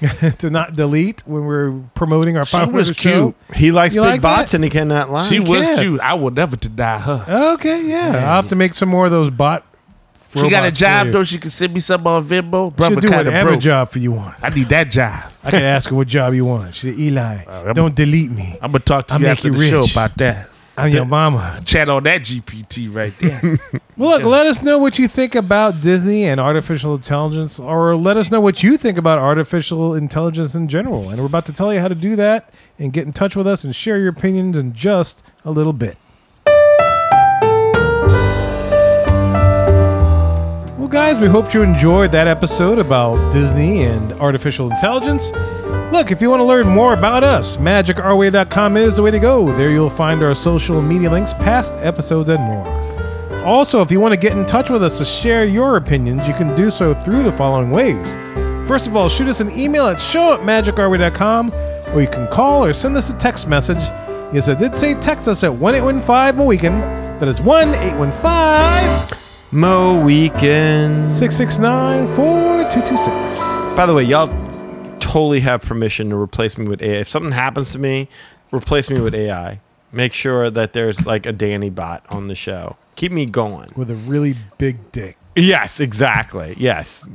[SPEAKER 2] to not delete when we're promoting our
[SPEAKER 7] She
[SPEAKER 2] Power
[SPEAKER 7] was
[SPEAKER 2] Rangers show.
[SPEAKER 7] cute.
[SPEAKER 3] he likes
[SPEAKER 2] You
[SPEAKER 3] big
[SPEAKER 2] like
[SPEAKER 3] bots
[SPEAKER 2] that?
[SPEAKER 3] and he cannot lie.
[SPEAKER 7] She was
[SPEAKER 2] can't.
[SPEAKER 7] cute. I will never deny her.
[SPEAKER 2] Okay, yeah. I'll have to make some more of those bot.
[SPEAKER 7] She got a
[SPEAKER 2] robots for
[SPEAKER 7] job
[SPEAKER 2] you.
[SPEAKER 7] though. She can send me some on Venmo. Bro,
[SPEAKER 2] She'll
[SPEAKER 7] I'm
[SPEAKER 2] do
[SPEAKER 7] kinda
[SPEAKER 2] whatever
[SPEAKER 7] broke.
[SPEAKER 2] job for you want.
[SPEAKER 7] I need that job.
[SPEAKER 2] I can ask her what job you want. She said, Eli, don't delete me.
[SPEAKER 7] I'm gonna talk to
[SPEAKER 2] I'll
[SPEAKER 7] you
[SPEAKER 2] make
[SPEAKER 7] after
[SPEAKER 2] you
[SPEAKER 7] the show
[SPEAKER 2] rich.
[SPEAKER 7] about that.
[SPEAKER 2] I'm your mama.
[SPEAKER 7] Chat on that GPT right there.
[SPEAKER 2] Well, look, let us know what you think about Disney and artificial intelligence, or let us know what you think about artificial intelligence in general. And we're about to tell you how to do that and get in touch with us and share your opinions in just a little bit. Well, Well, guys, we hope you enjoyed that episode about Disney and artificial intelligence. Look, if you want to learn more about us, magicourway.com is the way to go. There you'll find our social media links, past episodes, and more. Also, if you want to get in touch with us to share your opinions, you can do so through the following ways. First of all, shoot us an email at show at magicourway.com, or you can call or send us a text message. Yes, I did say text us at 1 815 Weekend. That is 1 815
[SPEAKER 3] Mo Weekends.
[SPEAKER 2] 669 4226.
[SPEAKER 3] By the way, y'all totally have permission to replace me with AI. If something happens to me, replace me with AI. Make sure that there's like a Danny bot on the show. Keep me going.
[SPEAKER 2] With a really big dick.
[SPEAKER 3] Yes, exactly. Yes.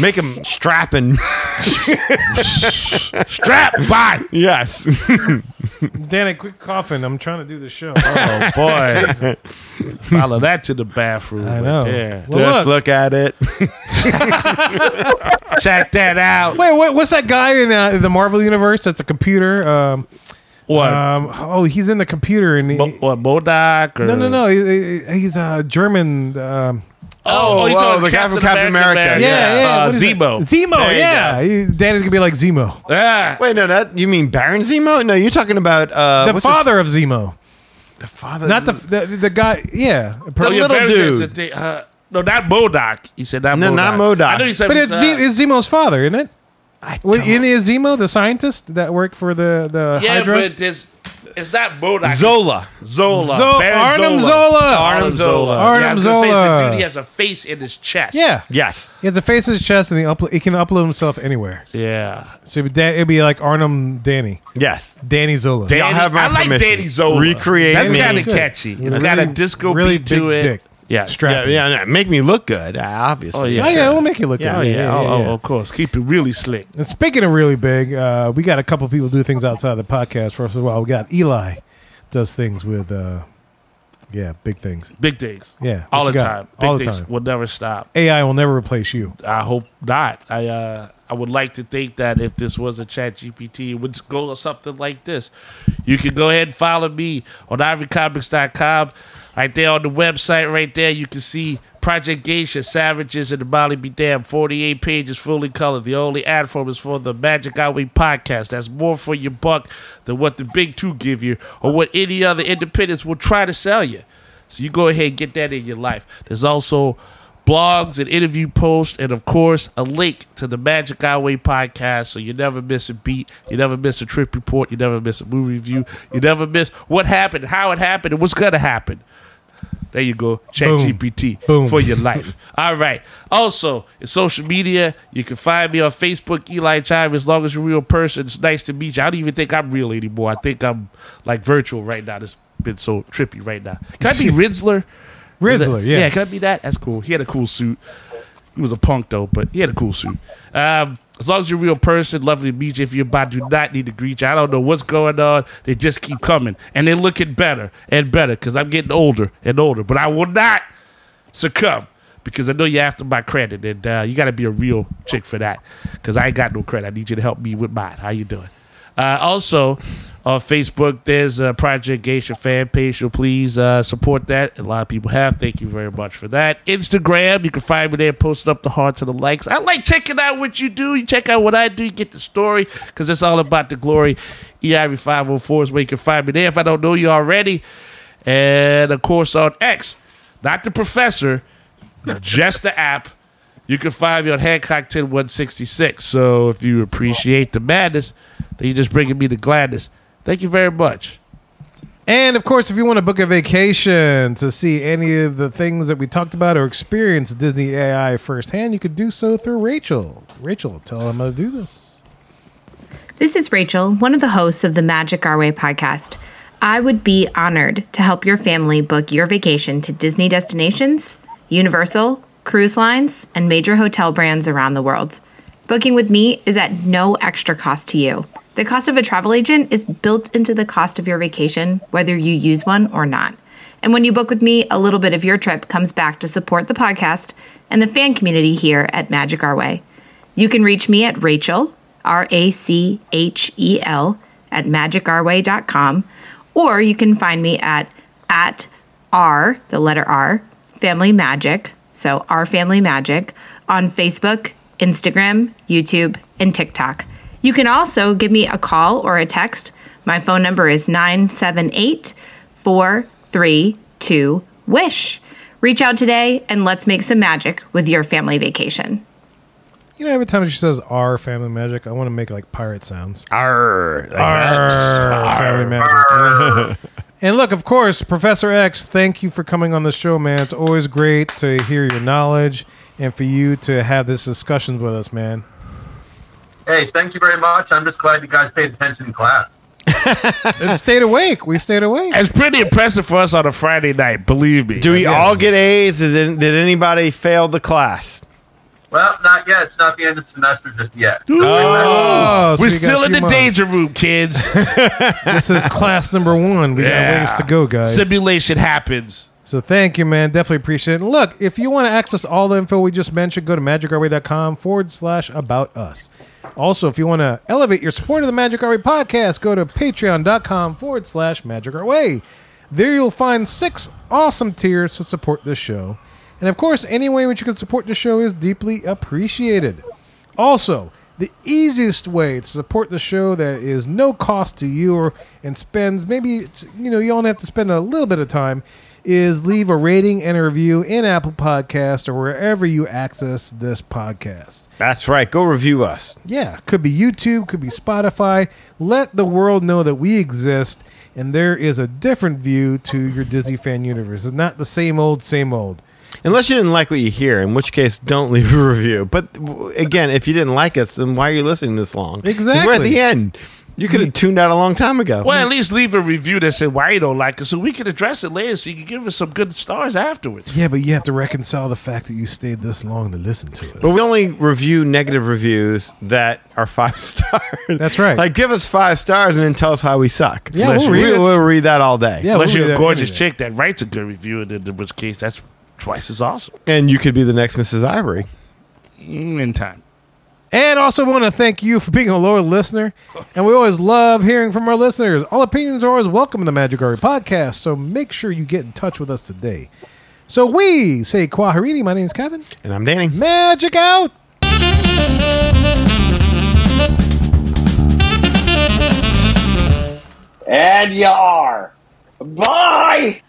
[SPEAKER 3] Make him strapping.
[SPEAKER 7] Strap bot.
[SPEAKER 3] Yes.
[SPEAKER 2] Danny, quit coughing. I'm trying to do the show.
[SPEAKER 7] Oh boy! Follow that to the bathroom.
[SPEAKER 2] I
[SPEAKER 7] right
[SPEAKER 2] know.
[SPEAKER 7] there.
[SPEAKER 2] Well,
[SPEAKER 3] Just
[SPEAKER 2] look.
[SPEAKER 3] look at it.
[SPEAKER 7] Check that out.
[SPEAKER 2] Wait, what, what's that guy in uh, the Marvel universe? That's a computer. Um,
[SPEAKER 7] What?
[SPEAKER 2] um, oh, he's in the computer and he,
[SPEAKER 7] Mo- what Modoc? Or
[SPEAKER 2] no, no, no. He, he- he's a German. Um,
[SPEAKER 7] Oh, you
[SPEAKER 3] whoa,
[SPEAKER 7] talking
[SPEAKER 3] the guy from Captain America.
[SPEAKER 7] man.
[SPEAKER 2] yeah, yeah.
[SPEAKER 7] Uh,
[SPEAKER 2] what is it?
[SPEAKER 7] Zemo.
[SPEAKER 2] Zemo.
[SPEAKER 3] There you
[SPEAKER 2] yeah, He- Danny's gonna be like Zemo,
[SPEAKER 3] Uh,
[SPEAKER 7] yeah.
[SPEAKER 3] Wait, no, that you mean Baron Zemo? No, you're talking about uh,
[SPEAKER 2] the
[SPEAKER 3] what's his-
[SPEAKER 2] father of Zemo,
[SPEAKER 3] the father,
[SPEAKER 2] not the the, the guy. Yeah,
[SPEAKER 7] Oh,
[SPEAKER 2] but
[SPEAKER 7] yeah,
[SPEAKER 3] little
[SPEAKER 7] Barry says
[SPEAKER 3] dude.
[SPEAKER 7] that they- uh, no, not Modoc. He said not.
[SPEAKER 3] No,
[SPEAKER 7] Modoc.
[SPEAKER 3] not MODOK.
[SPEAKER 7] I know you said,
[SPEAKER 2] it's,
[SPEAKER 7] uh,
[SPEAKER 2] Ze- it's Zemo's father, isn't it?
[SPEAKER 3] I
[SPEAKER 2] Well,
[SPEAKER 3] don't-
[SPEAKER 2] isn't it Zemo the scientist that worked for the the
[SPEAKER 7] yeah,
[SPEAKER 2] Hydra?
[SPEAKER 7] but it's it's not Modoc.
[SPEAKER 3] Zola.
[SPEAKER 7] Zola.
[SPEAKER 2] Zo-
[SPEAKER 7] Baron
[SPEAKER 2] Arnim
[SPEAKER 7] Zola.
[SPEAKER 2] Zola.
[SPEAKER 7] Arnim Zola.
[SPEAKER 2] Arnim
[SPEAKER 7] yeah, I was gonna say, it's
[SPEAKER 2] Zola.
[SPEAKER 7] the dude. He has a face in his chest.
[SPEAKER 2] Yeah,
[SPEAKER 3] Yes,
[SPEAKER 2] he has a face in his chest, and he, uplo- he can upload himself anywhere.
[SPEAKER 7] Yeah.
[SPEAKER 2] So it'd be, Dan- it'd be like Arnim, Danny,
[SPEAKER 3] yes.
[SPEAKER 2] Danny Zola.
[SPEAKER 7] Danny,
[SPEAKER 3] Y'all have my
[SPEAKER 7] I like
[SPEAKER 3] permission.
[SPEAKER 7] Danny Zola.
[SPEAKER 3] Recreate
[SPEAKER 7] That's
[SPEAKER 3] me.
[SPEAKER 7] kind of
[SPEAKER 2] Good.
[SPEAKER 7] catchy. It's
[SPEAKER 2] Really-
[SPEAKER 7] got a disco
[SPEAKER 2] really
[SPEAKER 7] beat to
[SPEAKER 2] big
[SPEAKER 7] it.
[SPEAKER 2] dick.
[SPEAKER 7] Yeah.
[SPEAKER 3] Yeah, yeah, no, make me look good. uh, Obviously.
[SPEAKER 7] Oh, yeah.
[SPEAKER 2] Oh yeah,
[SPEAKER 7] sure.
[SPEAKER 2] we'll make it look
[SPEAKER 7] Oh
[SPEAKER 2] good.
[SPEAKER 7] yeah, oh, oh, of course. Keep it really slick.
[SPEAKER 2] And speaking of really big, uh, we got a couple people do things outside the podcast for us as well. We got Eli does things with, uh, yeah, big things.
[SPEAKER 7] Big things.
[SPEAKER 2] Yeah,
[SPEAKER 7] all
[SPEAKER 2] what
[SPEAKER 7] the
[SPEAKER 2] you got?
[SPEAKER 7] time. Big
[SPEAKER 2] All the
[SPEAKER 7] things
[SPEAKER 2] time.
[SPEAKER 7] will never stop.
[SPEAKER 2] AI will never replace you.
[SPEAKER 7] I hope not. I uh, I would like to think that if this was a Chat GPT, it would go to something like this. You can go ahead and follow me on ivycomics.com. Right there on the website, right there, you can see Project Geisha, Savages, and the Molly Be Damn. 48 pages, fully colored. The only ad form is for the Magic Highway podcast. That's more for your buck than what the big two give you or what any other independents will try to sell you. So you go ahead and get that in your life. There's also blogs and interview posts, and of course, a link to the Magic Highway podcast. So you never miss a beat, you never miss a trip report, you never miss a movie review, you never miss what happened, how it happened, and what's gonna happen. There you go, ChatGPT
[SPEAKER 2] Boom.
[SPEAKER 7] for your life. All right. Also, in social media, you can find me on Facebook, Eli Chive. As long as you're a real person, it's nice to meet you. I don't even think I'm real anymore. I think I'm like virtual right now. It's been so trippy right now. Can I be Rinsler?
[SPEAKER 2] Rizzler,
[SPEAKER 7] Yeah,
[SPEAKER 2] yeah.
[SPEAKER 7] can I be that? That's cool. He had a cool suit. He was a punk though, but he had a cool suit. Um, as long as you're a real person, lovely to meet you. If you're about, do not need to greet you. I don't know what's going on. They just keep coming, and they're looking better and better because I'm getting older and older. But I will not succumb because I know you're after my credit, and uh, you got to be a real chick for that because I ain't got no credit. I need you to help me with mine. How you doing? Uh, also, on Facebook, there's a Project Geisha fan page, so please uh, support that. A lot of people have. Thank you very much for that. Instagram, you can find me there posting up the hearts and the likes. I like checking out what you do. You check out what I do. You get the story because it's all about the glory. E EIV504 is where you can find me there if I don't know you already. And of course, on X, not the professor, just the app. You can find me on Hancock 10166. So if you appreciate the madness, then you're just bringing me the gladness. Thank you very much.
[SPEAKER 2] And of course, if you want to book a vacation to see any of the things that we talked about or experience Disney AI firsthand, you could do so through Rachel. Rachel, tell them how to do this.
[SPEAKER 9] This is Rachel, one of the hosts of the Magic Our Way podcast. I would be honored to help your family book your vacation to Disney destinations, Universal, cruise lines, and major hotel brands around the world. Booking with me is at no extra cost to you. The cost of a travel agent is built into the cost of your vacation, whether you use one or not. And when you book with me, a little bit of your trip comes back to support the podcast and the fan community here at Magic Our Way. You can reach me at Rachel, R A C H E L, at magicourway.com, or you can find me at, at R, the letter R, Family Magic so Our Family Magic, on Facebook, Instagram, YouTube, and TikTok. You can also give me a call or a text. My phone number is 978 432 WISH. Reach out today and let's make some magic with your family vacation.
[SPEAKER 2] You know, every time she says "our family magic," I want to make like pirate sounds.
[SPEAKER 3] Arr, like that.
[SPEAKER 2] Our family magic. and look, of course, Professor X. Thank you for coming on the show, man. It's always great to hear your knowledge and for you to have this discussions with us, man.
[SPEAKER 8] Hey, thank you very much. I'm just glad you guys paid attention in class.
[SPEAKER 2] And stayed awake. We stayed awake.
[SPEAKER 7] It's pretty impressive for us on a Friday night, believe me.
[SPEAKER 3] Do we all get A's? Is it, did anybody fail the class?
[SPEAKER 8] Well, not yet. It's not the end of the semester just yet.
[SPEAKER 2] Oh, so
[SPEAKER 7] We're
[SPEAKER 2] we got
[SPEAKER 7] still
[SPEAKER 2] a
[SPEAKER 7] in
[SPEAKER 2] few
[SPEAKER 7] the
[SPEAKER 2] months.
[SPEAKER 7] danger room, kids.
[SPEAKER 2] This is class number one. We got
[SPEAKER 7] Yeah.
[SPEAKER 2] ways to go, guys.
[SPEAKER 7] Simulation happens.
[SPEAKER 2] So thank you, man. Definitely appreciate it. And look, if you want to access all the info we just mentioned, go to magicarway.com forward slash about us. Also, if you want to elevate your support of the Magic Our Way podcast, go to patreon.com forward slash magic our way. There you'll find six awesome tiers to support this show. And of course, any way in which you can support the show is deeply appreciated. Also, the easiest way to support the show that is no cost to you or, and spends maybe you know you only have to spend a little bit of time is leave a rating and a review in Apple Podcast or wherever you access this podcast.
[SPEAKER 3] That's right. Go review us.
[SPEAKER 2] Yeah, could be YouTube, could be Spotify. Let the world know that we exist and there is a different view to your Disney fan universe. It's not the same old same old.
[SPEAKER 3] Unless you didn't like what you hear, in which case, don't leave a review. But w- again, if you didn't like us, then why are you listening this long? 'Cause We're at
[SPEAKER 2] Exactly. Mm.
[SPEAKER 3] the end. You could have tuned out a long time
[SPEAKER 2] Uh-huh.
[SPEAKER 3] ago.
[SPEAKER 7] Well, at least leave a review that said why you don't like it so we can address it later so you can give us some good stars afterwards.
[SPEAKER 2] Yeah, but you have to reconcile the fact that you stayed this long to listen to us.
[SPEAKER 3] But we only review negative reviews that are five stars.
[SPEAKER 2] That's right.
[SPEAKER 3] Like, give us five stars and then tell us how we suck.
[SPEAKER 2] Yeah, we'll
[SPEAKER 3] we,
[SPEAKER 2] read it.
[SPEAKER 3] will read that all day.
[SPEAKER 2] Yeah,
[SPEAKER 7] Unless
[SPEAKER 2] we'll
[SPEAKER 7] you're
[SPEAKER 2] do
[SPEAKER 7] a
[SPEAKER 2] that.
[SPEAKER 7] gorgeous
[SPEAKER 2] We'll do
[SPEAKER 7] chick that writes a good review, and in which case that's twice as awesome.
[SPEAKER 3] And you could be the next Mrs. Ivory.
[SPEAKER 7] Mm, In time.
[SPEAKER 2] And also want to thank you for being a loyal listener. And we always love hearing from our listeners. All opinions are always welcome in the Magic Ari podcast, so make sure you get in touch with us today. So we say Kwaharini. My name is Kevin.
[SPEAKER 3] And I'm Danny.
[SPEAKER 2] Magic out.
[SPEAKER 10] And you are. Bye!